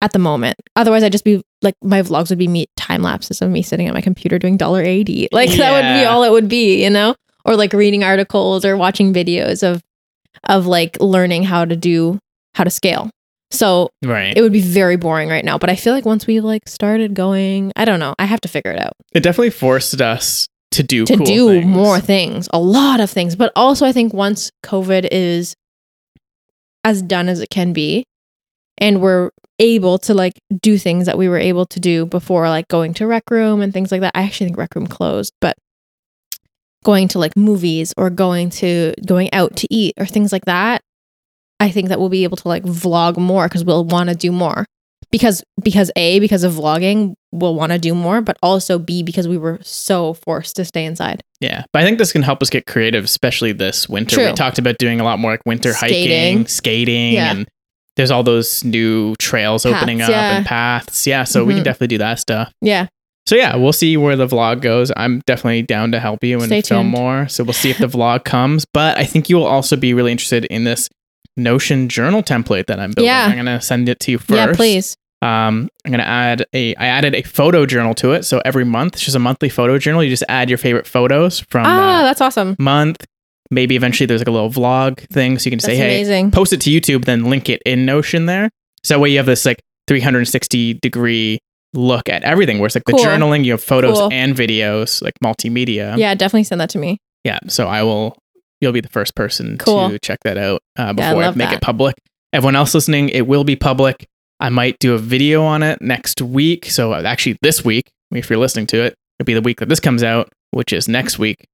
at the moment. Otherwise I'd just be like my vlogs would be me time lapses of me sitting at my computer doing dollar eighty. Like that would be
Yeah.
all it would be, you know? Or like reading articles or watching videos of of like learning how to do how to scale. So
Right.
it would be very boring right now. But I feel like once we like started going, I don't know. I have to figure it out
It definitely forced us to do
to
cool
do
things.
more things, a lot of things. But also, I think once COVID is as done as it can be, and we're able to like do things that we were able to do before, like going to rec room and things like that. I actually think rec room closed, but going to like movies or going to going out to eat or things like that. I think that we'll be able to like vlog more because we'll want to do more because because a because of vlogging we'll want to do more but also b because we were so forced to stay inside
Yeah. But I think this can help us get creative, especially this winter. We
True.
talked about doing a lot more like winter hiking,
Skating.
skating,
Yeah.
and there's all those new trails opening up
Paths, yeah.
and paths. Yeah. So we can
Mhm.
definitely do that stuff.
yeah
So yeah, we'll see where the vlog goes. I'm definitely down to help you and
Stay
film
tuned.
more. So we'll see if the vlog comes. But I think you will also be really interested in this Notion journal template that I'm building.
Yeah.
I'm gonna send it to you first.
yeah please
Um, I'm gonna add a. I added a photo journal to it. So every month, it's just a monthly photo journal. You just add your favorite photos from
ah
the
that's awesome
month. Maybe eventually there's like a little vlog thing, so you can
that's
say, "Hey,
amazing
post it to YouTube, then link it in Notion there. So that way you have this like 360 degree look at everything where it's like
Cool.
the journaling, you have photos
Cool.
and videos, like multimedia.
yeah definitely send that to me
Yeah. So I will, you'll be the first person
Cool.
to check that out uh,
Yeah, I
before I
love
make it
that.
public. Everyone else listening, it will be public. I might do a video on it next week. So uh, actually, this week, if you're listening to it, it'll be the week that this comes out, which is next week.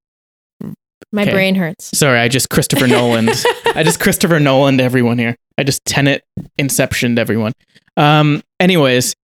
my
Okay.
brain hurts
Sorry, I just Christopher Nolan. I just Christopher Nolan to everyone here. I just Tenet Inception to everyone. Um, anyways,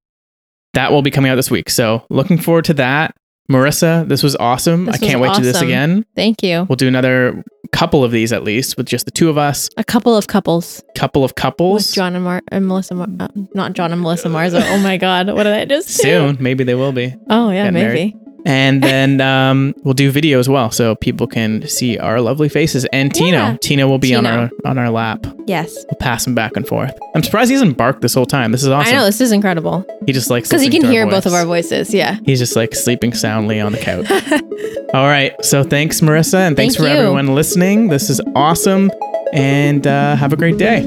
that will be coming out this week. So looking forward to that. Marissa, this was awesome.
This
I can't
was
wait to do this
awesome.
again.
thank you
We'll do another couple of these at least with just the two of us,
a couple of couples
couple of couples.
with John and, Mar- and Melissa Mar- uh, not John and Melissa Marzo oh my god what did I just do?
Soon, maybe they will be.
oh yeah
Get married.
maybe
And then um, we'll do video as well so people can see our lovely faces. And Tino.
Yeah.
Tino will be on
Tino.
our on our lap.
yes
We'll pass him back and forth. I'm surprised he hasn't barked this whole time. This is awesome.
I know this is incredible
He just likes
because you
listening
can
to
hear
voice.
both of our voices yeah
He's just like sleeping soundly on the couch. All right. So thanks, Marissa, and thanks
Thank
for
you.
everyone listening. This is awesome, and uh, have a great day.